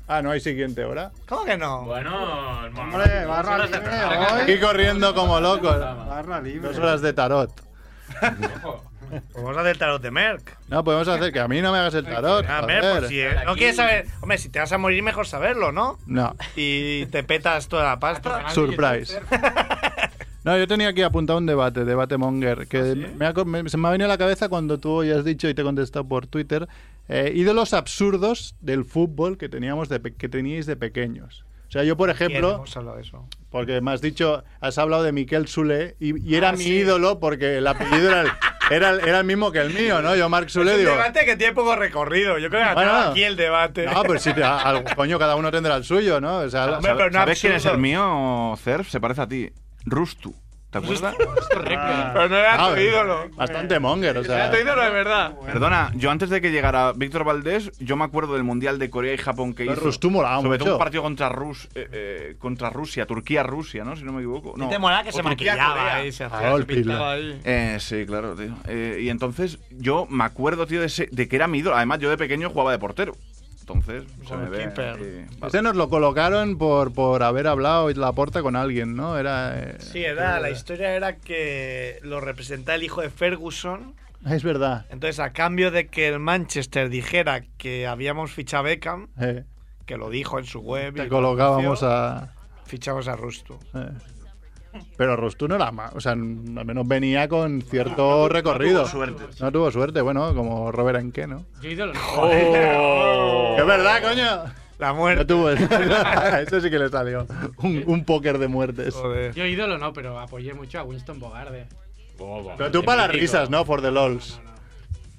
Ah, no hay siguiente hora.
¿Cómo que no?
Bueno,
Hombre, barra libre
Aquí
hoy.
corriendo como loco.
Barra libre.
Dos horas de tarot.
Pues Vamos a hacer tarot de Merck.
No, podemos hacer que a mí no me hagas el tarot.
A ver,
joder.
pues si eh, no quieres saber. Hombre, si te vas a morir, mejor saberlo, ¿no?
No,
Y te petas toda la pasta.
surprise. No, yo tenía aquí apuntado un debate, debate monger, que
¿Ah,
me ha co- me- se me ha venido a la cabeza cuando tú hoy has dicho y te he contestado por Twitter, eh, ídolos absurdos del fútbol que teníamos de pe- que teníais de pequeños. O sea, yo por
Bien,
ejemplo,
hemos hablado de eso.
porque me has dicho, has hablado de Miquel Sule y, y era
Ah,
mi
sí.
ídolo porque el apellido era el, era, el- era el mismo que el mío, ¿no? Yo Marc Sule
es un
digo,
debate que tiene poco recorrido. Yo creo que
Bueno.
acaba aquí el debate.
no, pues sí, a- al- coño, cada uno tendrá el suyo, ¿no? O sea,
Hombre, pero no
¿Sabes quién es el
absurdo.
mío, Cerf? Se parece a ti. Rustu. ¿Te acuerdas?
Pero no era
Ah,
tu ídolo.
Bastante monger, o
No era
sea.
tu ídolo de verdad.
Perdona, yo antes de que llegara Víctor Valdés, yo me acuerdo del Mundial de Corea y Japón que
Pero
hizo.
Rustú molaba
sobre todo
mucho.
un partido contra, Rus, eh, eh, contra Rusia, Turquía-Rusia, ¿no? Si no me equivoco. No,
te molaba que se maquillaba eh. ahí, se hacía, Ah, se Adolf pintaba Hitler. ahí.
Eh, sí, claro, tío. Eh, y entonces yo me acuerdo, tío, de, ese- de que era mi ídolo. Además, yo de pequeño jugaba de portero. Entonces, se me ve.
Goalkeeper.
eh, vale.
Ese nos lo colocaron por, por haber hablado y la porta con alguien, ¿no? Era. eh,
Sí, era, la historia era que lo representaba el hijo de Ferguson.
Es verdad.
Entonces, a cambio de que el Manchester dijera que habíamos fichado a Beckham,
eh,
que lo dijo en su web,
te
y
colocábamos a.
fichamos a Rustu.
eh. Pero Rostú no era más. O sea, n- al menos venía con cierto recorrido.
tuvo suerte.
No tuvo suerte, bueno, como Robert Enke, ¿no?
Yo ídolo no.
Que ¡Es verdad, coño!
La muerte.
No tuvo. Eso sí que le salió. Un, un póker de muertes.
Yo ídolo no, pero apoyé mucho a Winston Bogarde.
Pero tú para las risas, ¿no? For the lols.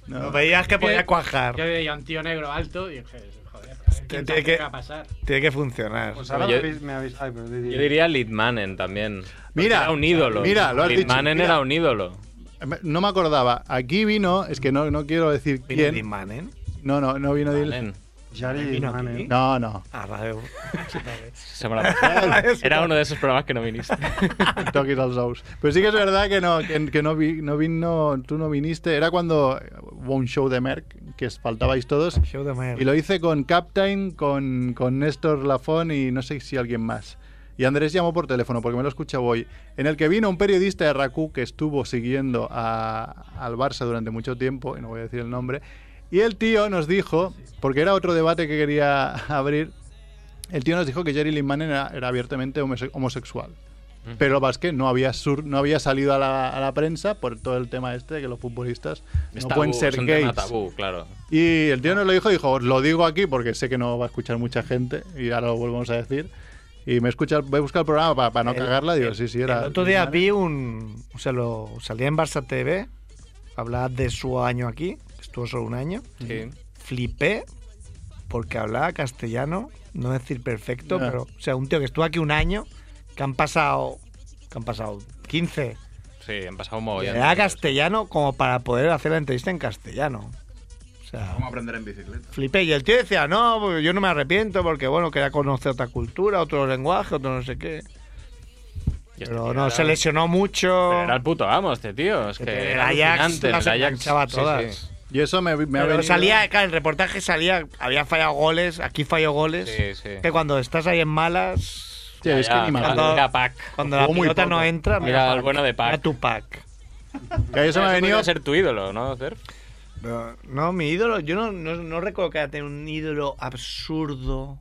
No.
No veías que podía cuajar.
Yo veía un tío negro alto y dije, joder, ¿qué
tiene
que...
que-
va a pasar?
Tiene que funcionar.
Pues ahora Yo- me Yo diría Litmanen también.
Mira,
Era un ídolo.
mira, lo has dicho,
Litmanen
mira.
era un ídolo.
Me- No me acordaba. Aquí vino, es que no, no quiero decir quién.
Manen?
No, no, no vino Dil.
Yari Manen.
No, no.
Ah, vale.
Se me la pasé. Era uno de esos programas que no viniste.
Toquis al Saus. Pero sí que es verdad que no, que, que no, vi- no vino, tú no viniste. Era cuando hubo un show de Merck, que faltabais todos.
Show de Merck.
Y lo hice con Captain, con, con Néstor Lafón y no sé si alguien más. Y Andrés llamó por teléfono, porque me lo escucha hoy, en el que vino un periodista de RACU que estuvo siguiendo a- al Barça durante mucho tiempo, y no voy a decir el nombre, y el tío nos dijo, porque era otro debate que quería abrir, el tío nos dijo que Jerry Lin Manen era, era abiertamente homose- homosexual. Pero Vázquez no había, sur- no había salido a la, a la prensa por todo el tema este de que los futbolistas no
Es
pueden
tabú,
ser
es un
gays.
tema tabú, claro.
Y el tío nos lo dijo, dijo, "Os lo digo aquí porque sé que no va a escuchar mucha gente y ahora lo volvemos a decir. Y me escucha, voy a buscar el programa para, no cagarla, digo, sí, sí, era...
El otro día vi un. O sea, lo salía en Barça TV hablaba de su año aquí, que estuvo solo un año.
Sí.
Flipé porque hablaba castellano, no decir perfecto,
Ya.
pero, o sea, un tío que estuvo aquí un año, que han pasado, que han pasado 15,
Sí, han pasado un
y
mogollón.
era castellano como para poder hacer la entrevista en castellano. O sea,
Vamos a aprender en bicicleta.
Flipé. Y el tío decía, no, porque yo no me arrepiento porque, bueno, quería conocer otra cultura, otro lenguaje, otro no sé qué. Pero no, se lesionó mucho.
Era el puto amo este tío. Es que
El
era
Ajax
alucinante,
las
el Ajax,
enganchaba
sí,
todas.
sí.
Y eso me, me ha
Pero
venido...
salía, claro, el reportaje salía, había fallado goles, aquí falló goles.
Sí, sí.
Que cuando estás ahí en malas.
Sí, es que ni me
cuando-
acuerdo.
Mira Pac.
Cuando la
Jugó muy
pelota
poco.
no entra,
Mira el bueno de Pac.
Mira tu pack.
Que
Eso me ha venido. ser tu ídolo, ¿no, Cerf?
No, no, mi ídolo, yo no, no, no recuerdo que haya tenido un ídolo absurdo.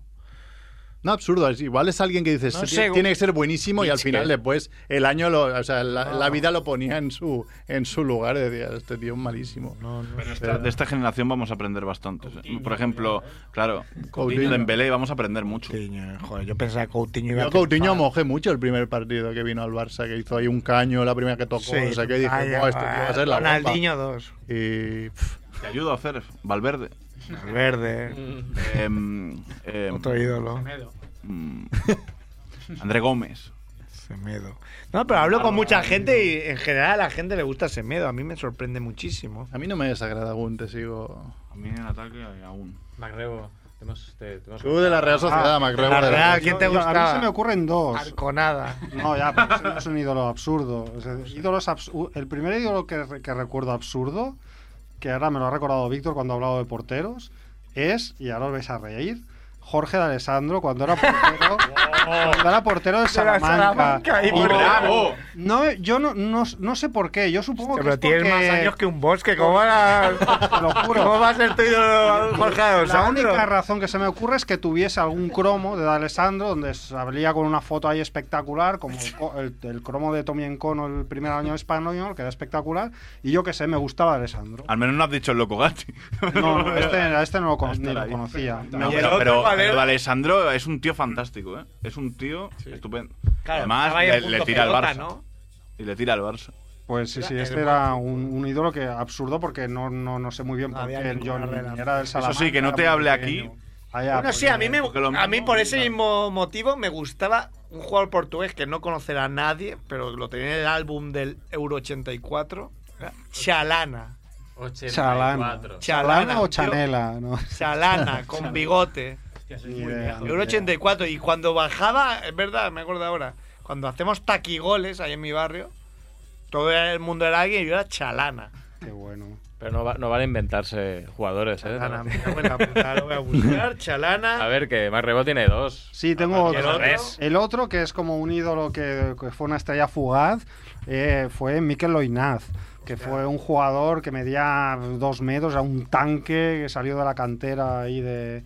No, absurdo. es- Igual es alguien que dices,
No
"Este
sé,
tío
un-
tiene que ser buenísimo y al
Nietzsche.
final después el año, lo, o sea, la, la vida lo ponía en su, en su lugar. Decía, este tío es malísimo.
Pero esta- de esta generación vamos a aprender bastante. Por ejemplo, claro,
Coutinho.
de Embelé vamos a aprender mucho.
joder, yo pensaba que Coutinho
Yo Coutinho mojé mucho el primer partido que vino al Barça, que hizo ahí un caño, la primera que tocó,
Sí,
no sé qué, y dije,
ay,
"Buah, este tío va a ser la bomba".
Ronaldinho dos.
Y...
Te ayudo a hacer Valverde.
Valverde.
Em, em,
Otro ídolo.
mm, André Gómez.
Semedo. No, pero hablo con mucha gente y en general a la gente le gusta Semedo. A mí me sorprende muchísimo.
A mí no me desagrada aún, te sigo.
A mí en ataque aún.
Macrebo. Te hemos, te, te hemos
Tú de la Real Sociedad,
Ah,
Macrebo.
la Real, ¿quién te
Yo- yo- A mí
gustaba?
se me ocurren dos.
Arconada.
No, ya, pero eso no es un ídolo absurdo. O sea, ídolos absu- el primer ídolo que, re- que recuerdo absurdo, que ahora me lo ha recordado Víctor cuando ha hablado de porteros, es, y ahora os vais a reír, Jorge de Alessandro cuando era portero, cuando era portero de Salamanca.
Salamanca, y
Y-
Ah, Oh,
bravo.
no, yo no, no, no sé por qué, yo supongo
Pero
que es
tienes
porque-
más años que un bosque. ¿Cómo va,
Te lo juro.
¿Cómo va a ser tu ídolo Jorge de
La
Alessandro?
única razón que se me ocurre es que tuviese algún cromo de Alessandro donde salía con una foto ahí espectacular, como el co- el, el cromo de Tommy Encono el primer año español, que era espectacular, y yo que sé, me gustaba Alessandro.
Al menos no has dicho el loco Gatti.
No, no, este, a este no lo, con- ni lo conocía.
No,
Me-
pero, pero- pero Alessandro es un tío fantástico, ¿eh? Es un tío estupendo.
Claro,
Además,
estaba ahí en
le,
punto
le tira al
pelota,
Barça.
¿no?
Y le tira al Barça.
Pues sí, sí, este era un, un ídolo que absurdo porque no, no, no sé muy bien por
había
qué
ninguna
yo ni-
relación.
ni era del
Eso sí, que no
Salamanca,
te
era
hable
muy
aquí.
pequeño. Allá,
Bueno,
pues,
sí, a mí, me,
porque lo
a mí por ese mismo motivo me gustaba un jugador portugués que no conocerá a nadie, pero lo tenía en el álbum del Euro 84. Chalana.
84.
Chalana.
Chalana o
tío.
Chanela, ¿no?
Chalana, con bigote.
Ni idea.
Euro 84. Y cuando bajaba, es verdad, me acuerdo ahora, cuando hacemos taquigoles ahí en mi barrio, todo el mundo era alguien y yo era Chalana.
Qué bueno.
Pero no, va- no vale inventarse jugadores, ¿eh?
Chalana, me cago en la puta, lo voy a buscar. Chalana.
A ver, que Macrebo tiene dos.
Sí, tengo
¿Y el
otro.
otro?
El otro, que es como un ídolo que, que fue una estrella fugaz, eh, fue Mikel Loinaz, que fue un jugador que medía dos metros, era un tanque que salió de la cantera ahí de,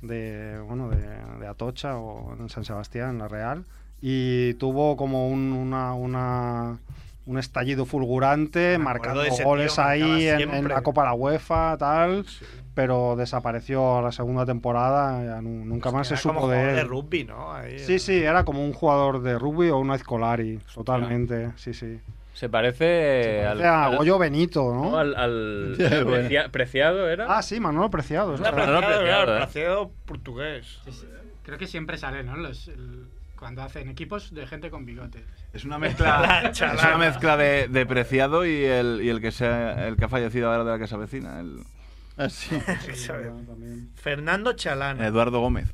de, bueno, de, de Atocha o en San Sebastián, en la Real, y tuvo como un, una- una- un estallido fulgurante, marcando
de ese tío,
goles ahí
marcaba
en, en la
siempre.
Copa de la UEFA, tal. Pero desapareció a la segunda temporada, ya nu- nunca más se
Era como
supo de
jugador
él.
de rugby, ¿no? Ahí
Sí, sí, era como un jugador de rugby o una Escolari, totalmente, sí, sí.
Se parece,
O
al,
sea,
al-
Goyo Benito,
¿no?
¿no?
al, al-
Ya, bueno.
Precia- Preciado era.
Ah, sí, Manolo Preciado. es
Manolo
verdad.
Preciado, Preciado,
Claro,
¿eh?
Placedo portugués.
Creo que siempre sale, ¿no? Los, el- cuando hacen equipos de gente con bigote.
Es una mezcla, es una mezcla de, de preciado y el, y el que sea, el que ha fallecido ahora de la casa vecina, el
Así.
Fernando Chalana.
Eduardo Gómez.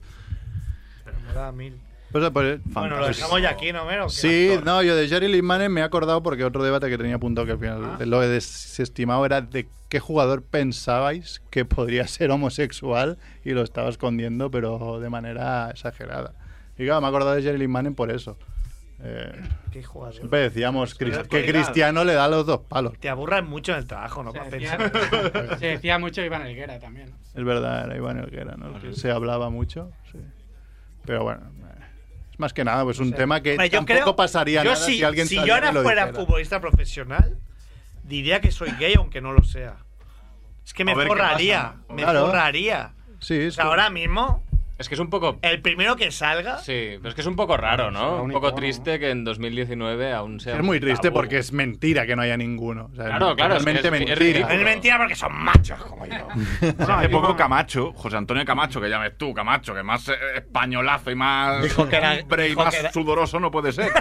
Me da mil.
Pues, pues,
Bueno, lo
pues-
dejamos ya aquí, ¿no, Mero? Que
Sí, no, yo de Jerry Lee Manning me he acordado porque otro debate que tenía apuntado que al final lo he desestimado era de qué jugador pensabais que podría ser homosexual y lo estaba escondiendo, pero de manera exagerada. Y claro, me he acordado de Jerry Lee Manning por eso. Eh,
Qué jugador.
siempre decíamos Cris-
Pero es
que
calidad.
Cristiano le da los dos palos.
Te aburras mucho en el trabajo, ¿no?
Se
Para
decía,
pensar.
se decía mucho Iván Elguera también.
Es verdad, era Iván Elguera, ¿no? Que se hablaba mucho. sí. Pero bueno, eh, es más que nada, pues un tema que
Hombre, yo
tampoco
creo-
pasaría
yo
nada
si,
si alguien
si yo
saliera y
ahora
lo
fuera
dijera.
futbolista profesional, diría que soy gay aunque no lo sea. Es que me
A ver qué
forraría,
pasa.
me
Claro.
forraría.
Sí,
O sea, ahora mismo
Es que es un poco.
El primero que salga.
Sí, pero es que es un poco raro, ¿no? Un poco triste que en 2019 aún sea.
Es
un
muy triste
tabú.
porque es mentira que no haya ninguno. O sea,
Claro,
es
claro, es que
Realmente
es- es
mentira.
ridículo.
Es mentira porque son machos como yo.
hace poco Camacho, José Antonio Camacho, que llames tú Camacho, que más eh, españolazo y más
Dijo que era-
hombre y
dijo
más
que era-
sudoroso no puede ser.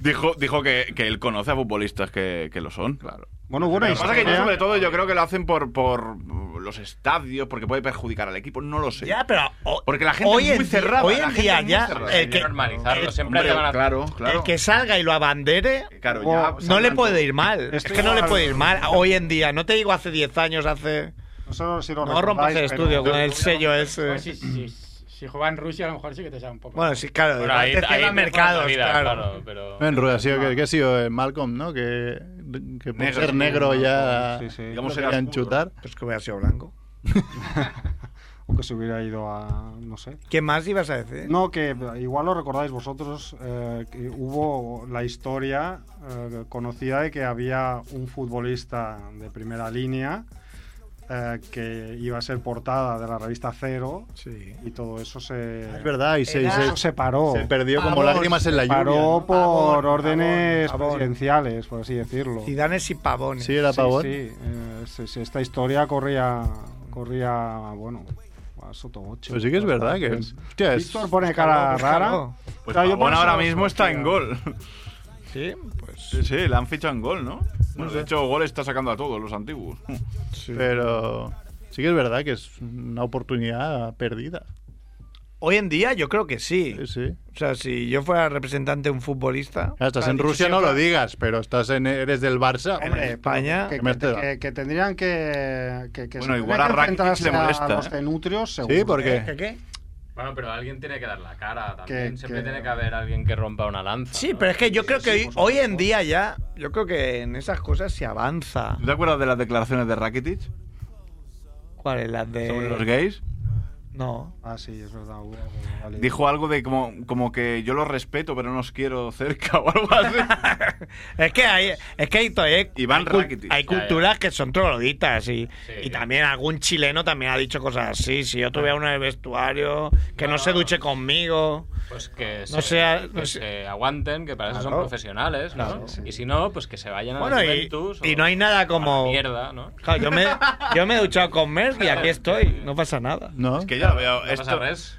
dijo dijo que, que él conoce a futbolistas que, que lo son, claro.
Bueno, bueno,
Lo que pasa es que yo,
historia.
sobre todo yo creo que lo hacen por, por los estadios, porque puede perjudicar al equipo, no lo sé.
Ya, pero
porque la gente
hoy
es muy
en
cerrada.
día- hoy en
la gente
día
es muy
ya,
cerrada.
el Hay que que- normalizarlo, siempre
Hombre,
te van a-
claro, claro.
El que salga y lo abandere,
Claro, ya,
wow,
San
no le
Antonio.
puede ir mal. Es
Estoy
que no le
igual.
puede ir mal hoy en día. No te digo hace 10 años, hace.
No, solo si lo
No rompas el
recordáis, pero-
estudio con el sello
Pues
ese.
si, si, si juega en Rusia, a lo mejor sí que te sabe un poco.
Bueno, sí, claro.
Bueno, ahí-
te
ahí
cierran
te
mercados,
fuera la vida,
claro.
claro,
No, en Rusia, ha sido que, que ha sido eh, Malcolm, ¿no? Que, que por
Negro,
ser
sí,
negro
no,
ya
sí, sí.
lo
Digamos, era
querían
oscuro.
chutar.
Pues que hubiera sido blanco.
O que se hubiera ido a. No sé.
¿Qué más ibas a decir?
No, que igual lo recordáis vosotros, eh, que hubo la historia eh, conocida de que había un futbolista de primera línea eh, que iba a ser portada de la revista Cero y todo eso se...
Es verdad, y se- Era- se-
eso se paró.
se perdió como Pavón. lágrimas en la
Se
lluvia,
Paró
¿no?
por
Ah, Pavón,
órdenes
Pavón, Pavón.
presidenciales, por así decirlo.
Zidanes y pavones.
Sí, era Pavón.
Sí, eh, sí, sí, esta historia corría, corría bueno, a Soto 8.
Pues sí que es verdad que es- hostia, es-
Víctor pone cara
Búscalo,
rara.
búscalo.
Pues
Claro, yo
Pavón
pensaba-
ahora mismo está en gol.
Sí,
pues,
Sí, sí, le han fichado en gol, ¿no? Bueno, De hecho, gol está sacando a todos los antiguos.
Pero sí que es verdad que es una oportunidad perdida.
Hoy en día yo creo que sí.
sí.
O sea, si yo fuera representante de un futbolista.
Claro, estás en
Claro,
Rusia,
sí,
no lo
claro.
digas, pero estás en, eres del Barça.
Hombre, España.
¿qué
que,
más te
que-
da?
que- que tendrían que, que, que
este Bueno,
se
igual
tendrían
a
que
Rakitic
enfrentarse
le molesta,
a los
¿eh?
tenutrios,
Sí,
seguro.
porque- ¿Eh?
Bueno, pero alguien tiene que dar la cara también.
Que-
Siempre
que-
tiene que haber alguien que rompa una lanza.
Sí, pero es que yo creo que hoy, hoy en día ya, yo creo que en esas cosas se avanza.
¿Te acuerdas de las declaraciones de Rakitic?
¿Cuáles? Las de.
¿Sobre los gays?
No.
Ah, sí, es verdad. hubo- vale.
Dijo algo de como, como que yo los respeto, pero no os quiero cerca o algo así.
Es que hay, es que hay, todavía- hay, cul-
Rakitic.
hay
Ya,
culturas que son trogloditas y, y también algún chileno también ha dicho cosas así. Si yo
Ah.
tuviera uno en el vestuario, que no se duche conmigo.
Pues que,
No
se,
sea-
que
no sé.
se aguanten, que para eso son
Claro.
profesionales, ¿no?
Claro,
Y si no, pues que se vayan a
Bueno,
la
y,
Juventus
y no hay nada como.
mierda, ¿no?
Claro, yo me, yo me he duchado con Merck y aquí estoy. No pasa nada.
No.
Es que yo lo
No
veo.
pasa
esto-
res.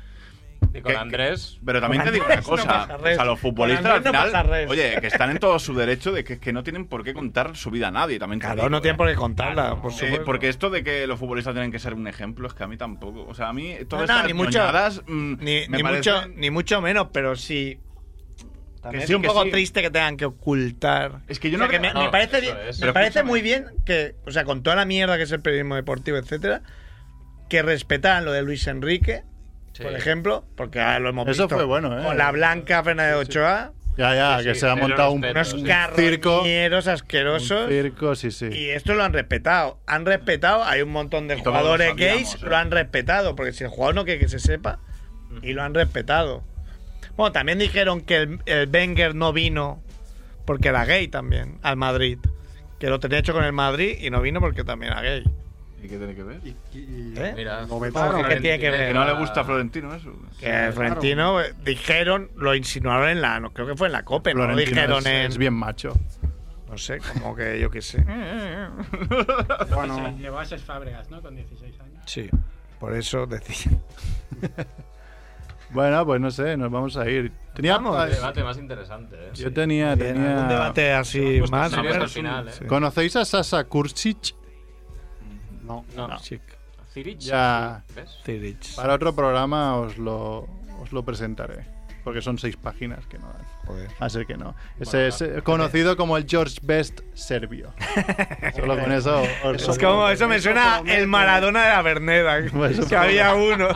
Y con
que-
Andrés.
Pero también
Con
te digo una
Andrés no
cosa.
pasa
o
res.
sea, los futbolistas al
Con Andrés no
final.
pasa res.
oye, que están en todo su derecho de que, que no tienen por qué contar su vida a nadie. También te
Claro,
digo,
no
¿eh?
tienen por qué contarla, por
Eh,
supuesto.
porque esto de que los futbolistas tienen que ser un ejemplo es que a mí tampoco. O sea, a mí
No,
todas
no,
estas
ni mucho,
ñoñadas, mm,
ni,
me
ni
parecen-
mucho, ni mucho menos, pero sí.
También
que
sí,
sí, un
que
poco
sí.
triste que tengan que ocultar.
Es que yo
O sea,
no-
me,
no,
me parece,
eso
bien-
es.
me
Pero
parece
escúchame.
muy bien que, o sea, con toda la mierda que es el periodismo deportivo, etcétera, que respetaran lo de Luis Enrique, por ejemplo, porque ahora lo hemos
Eso
visto.
fue bueno, ¿eh?
Con la Blanca Fernández Ochoa.
Ya, ya, que se ha montado un,
unos
un circo.
carroñeros asquerosos.
Circo, sí, sí.
Y esto lo han respetado. Han respetado, hay un montón de
todos lo
jugadores
sabíamos,
gays,
¿eh?
lo han respetado, porque si el jugador no quiere que se sepa, y lo han respetado. Bueno, también dijeron que el, el Wenger no vino porque era gay también, al Madrid. Que lo tenía hecho con el Madrid y no vino porque también era gay.
¿Y qué tiene que ver?
¿Eh?
Mira,
lo vetaron. ¿Qué tiene que ver?
Que no le gusta a Florentino eso.
Que el Florentino eh, dijeron, lo insinuaron en la, no, creo que fue en la COPE, no lo
Florentino
dijeron
es,
en...
es bien macho.
No sé, como que yo qué sé.
bueno. Llegó a ser Fábregas, ¿no? Con 16 años.
Sí, por eso decía.
Bueno, pues no sé, nos vamos a ir. Teníamos.
Qué debate más interesante, ¿eh?
Yo tenía, tenía.
algún debate así
Pues,
más.
no,
¿no?
hasta el final, ¿eh?
Sí. ¿Conocéis a Sasa Kursic?
No,
no.
Chic.
Zirich.
Ya.
¿Ves?
Para otro programa os lo, os lo presentaré. Porque son seis páginas que no dan. Así que no. Ese
Bueno,
es eh, conocido como el George Best serbio. Solo con eso. os-
Es como, eso me suena el Maradona de la Berneda,
eso
que había uno.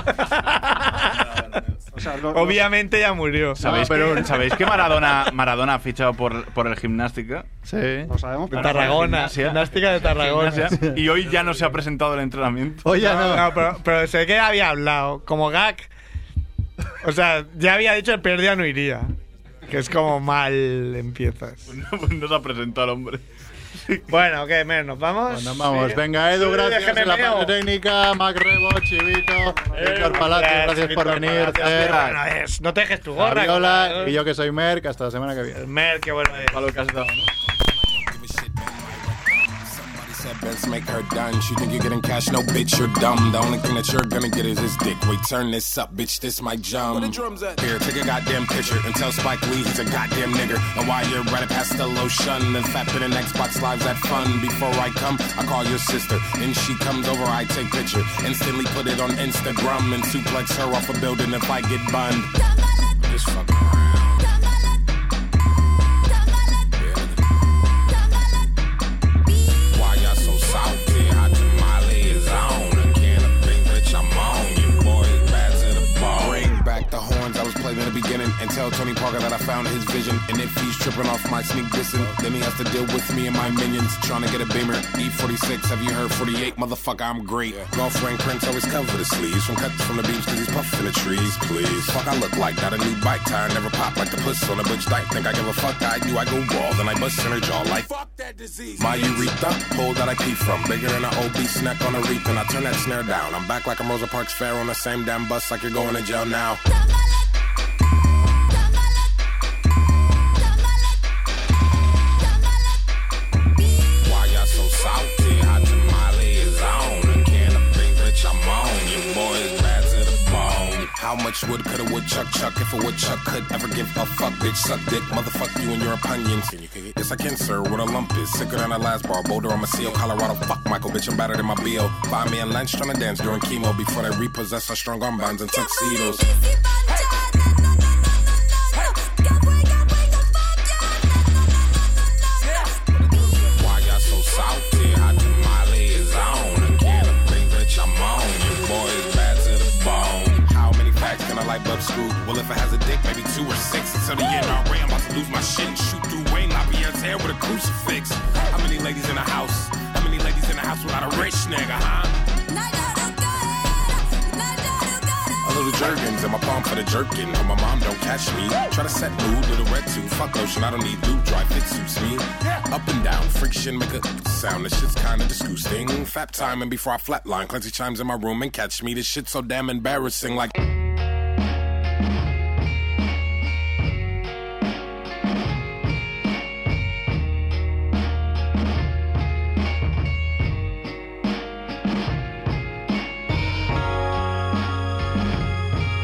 O sea, lo- lo-
Obviamente ya murió.
Ah,
¿Sabéis, que, ¿Sabéis que Maradona, Maradona ha fichado por, por el gimnástica?
Sí.
Lo sabemos.
De Tarragona, gimnástica de Tarragona.
Gimnasia. Y hoy ya no se ha presentado el entrenamiento.
Oye,
no. no, pero, pero sé que había hablado, como gag. O sea, ya había dicho el primer día no iría. Que es como mal empiezas.
No, pues no se ha presentado el hombre.
Bueno, ¿qué, Mer? ¿Nos vamos?
Pues nos vamos. Venga, Edu, gracias.
déjeme
en la
meo. Eh,
parte técnica, Mac Rebo, Chivito, Víctor Palacio, gracias
Víctor
por venir.
Palacios, qué bueno es. No te dejes tu gorra.
Hola,
cabrón.
y yo que soy Merck, hasta la semana que viene.
Mer, qué bueno es.
Benz make her done. She think you're getting cash, no bitch, you're dumb. The only thing that you're gonna get is this dick. Wait, turn this up, bitch, this my jump.
Where the drums at?
Here, take a goddamn picture and tell Spike Lee he's a goddamn nigger. And while you're at it, pass the lotion. And fat bit and Xbox Live's at fun. Before I come, I call your sister. And she comes over, I take picture. Instantly put it on Instagram and suplex her off a building if I get bunned. This fucking around. Why y'all so salty? Hot tamale is on. A can of big bitch, I'm on. You boys bad to the ball. Bring back the horns I was playing in the beginning. And tell Tony Parker that I found his vision. And if he's tripping off my sneak dissing, then he has to deal with me and my minions. Trying to get a beamer. E46, have you heard 48? Motherfucker, I'm great. Girlfriend Prince always cover the sleeves. From cuts from the beach, cause he's puffing the trees, please. Fuck, I look like got a new bike tire. Never pop like the puss on a bitch dyke. Think I give a fuck, I do. I go wall, then I bust in her jaw like.
Fuck that disease.
My urethra, hole that I pee from, bigger than an obese snack on a reef, and I turn that snare down. I'm back like I'm Rosa Parks fair on the same damn bus, like you're going to jail now. Why y'all so salty? Hot tamale is on. A can of big bitch, I'm on. Your boy is bad to the bone. How much wood could a woodchuck chuck if a woodchuck could ever give a fuck? Bitch, suck dick, motherfuck you and your opinions. Yes, I can, sir. What a lump is. Sicker than a last bar. Boulder, I'm a seal. Colorado, fuck Michael, bitch, I'm better than my bill. Buy me a lunch, tryna dance during chemo before they repossess our strong arm bands and tuxedos. Why y'all so salty? Hot tamale is on. A can of big bitch, I'm on. Your boy is bad to the bone. How many packs can I light up screw? Well, if it has a dick, maybe two or six. Until the end, i I'm about to lose my shit and shoot through Wayne Lapierre's hair with a crucifix. How many ladies in the house? How many ladies in the house without a rich nigga, huh? A little jerkins in my palm for the jerkin. But my mom don't catch me. Try to set mood with a red tube. Fuck lotion, I don't need lube. Dry fit suits me. Up and down, friction make a sound. This shit's kinda disgusting. Fap time and before I flatline, Clancy chimes in my room and catch me. This shit's so damn embarrassing. Like.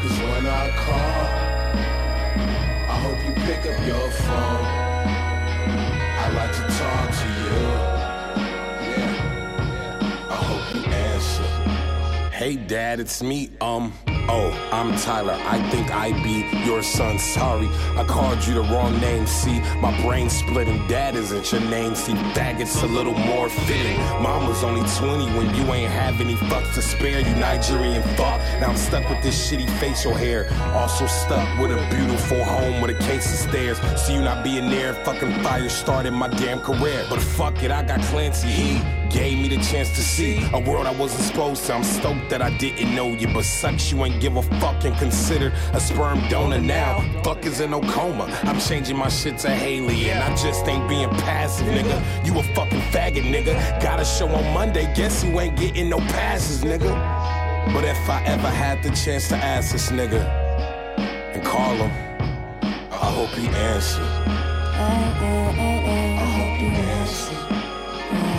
Cause when I call, I hope you pick up your phone. I like to talk to you. Yeah. I hope you answer.
Hey dad, it's me, um. Oh, I'm Tyler. I think I be your son. Sorry, I called you the wrong name. See, my brain splitting. Dad isn't your name. See, Baggett's a little more fitting. Mom was only 20 when you ain't have any fucks to spare. You Nigerian fuck. Now I'm stuck with this shitty facial hair. Also stuck with a beautiful home with a case of stairs. See you not being there. Fucking fire started my damn career. But fuck it, I got Clancy. He Gave me the chance to see a world I wasn't supposed to. I'm stoked that I didn't know you, but sucks you ain't give a fuck and consider a sperm donor now. Fuck is in no coma. I'm changing my shit to Haley, and I just ain't being passive, nigga. You a fucking faggot, nigga. Got a show on Monday. Guess you ain't getting no passes, nigga. But if I ever had the chance to ask this nigga and call him, I hope he answers. I hope he answers.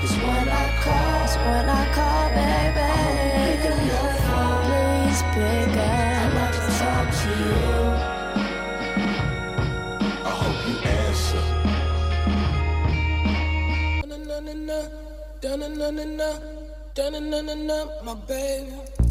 Cause when I call, when I call, baby, pick up your phone. Please pick up. I like to talk to you. I hope you answer. Na na na na na, na na na na na, na na na na, my baby.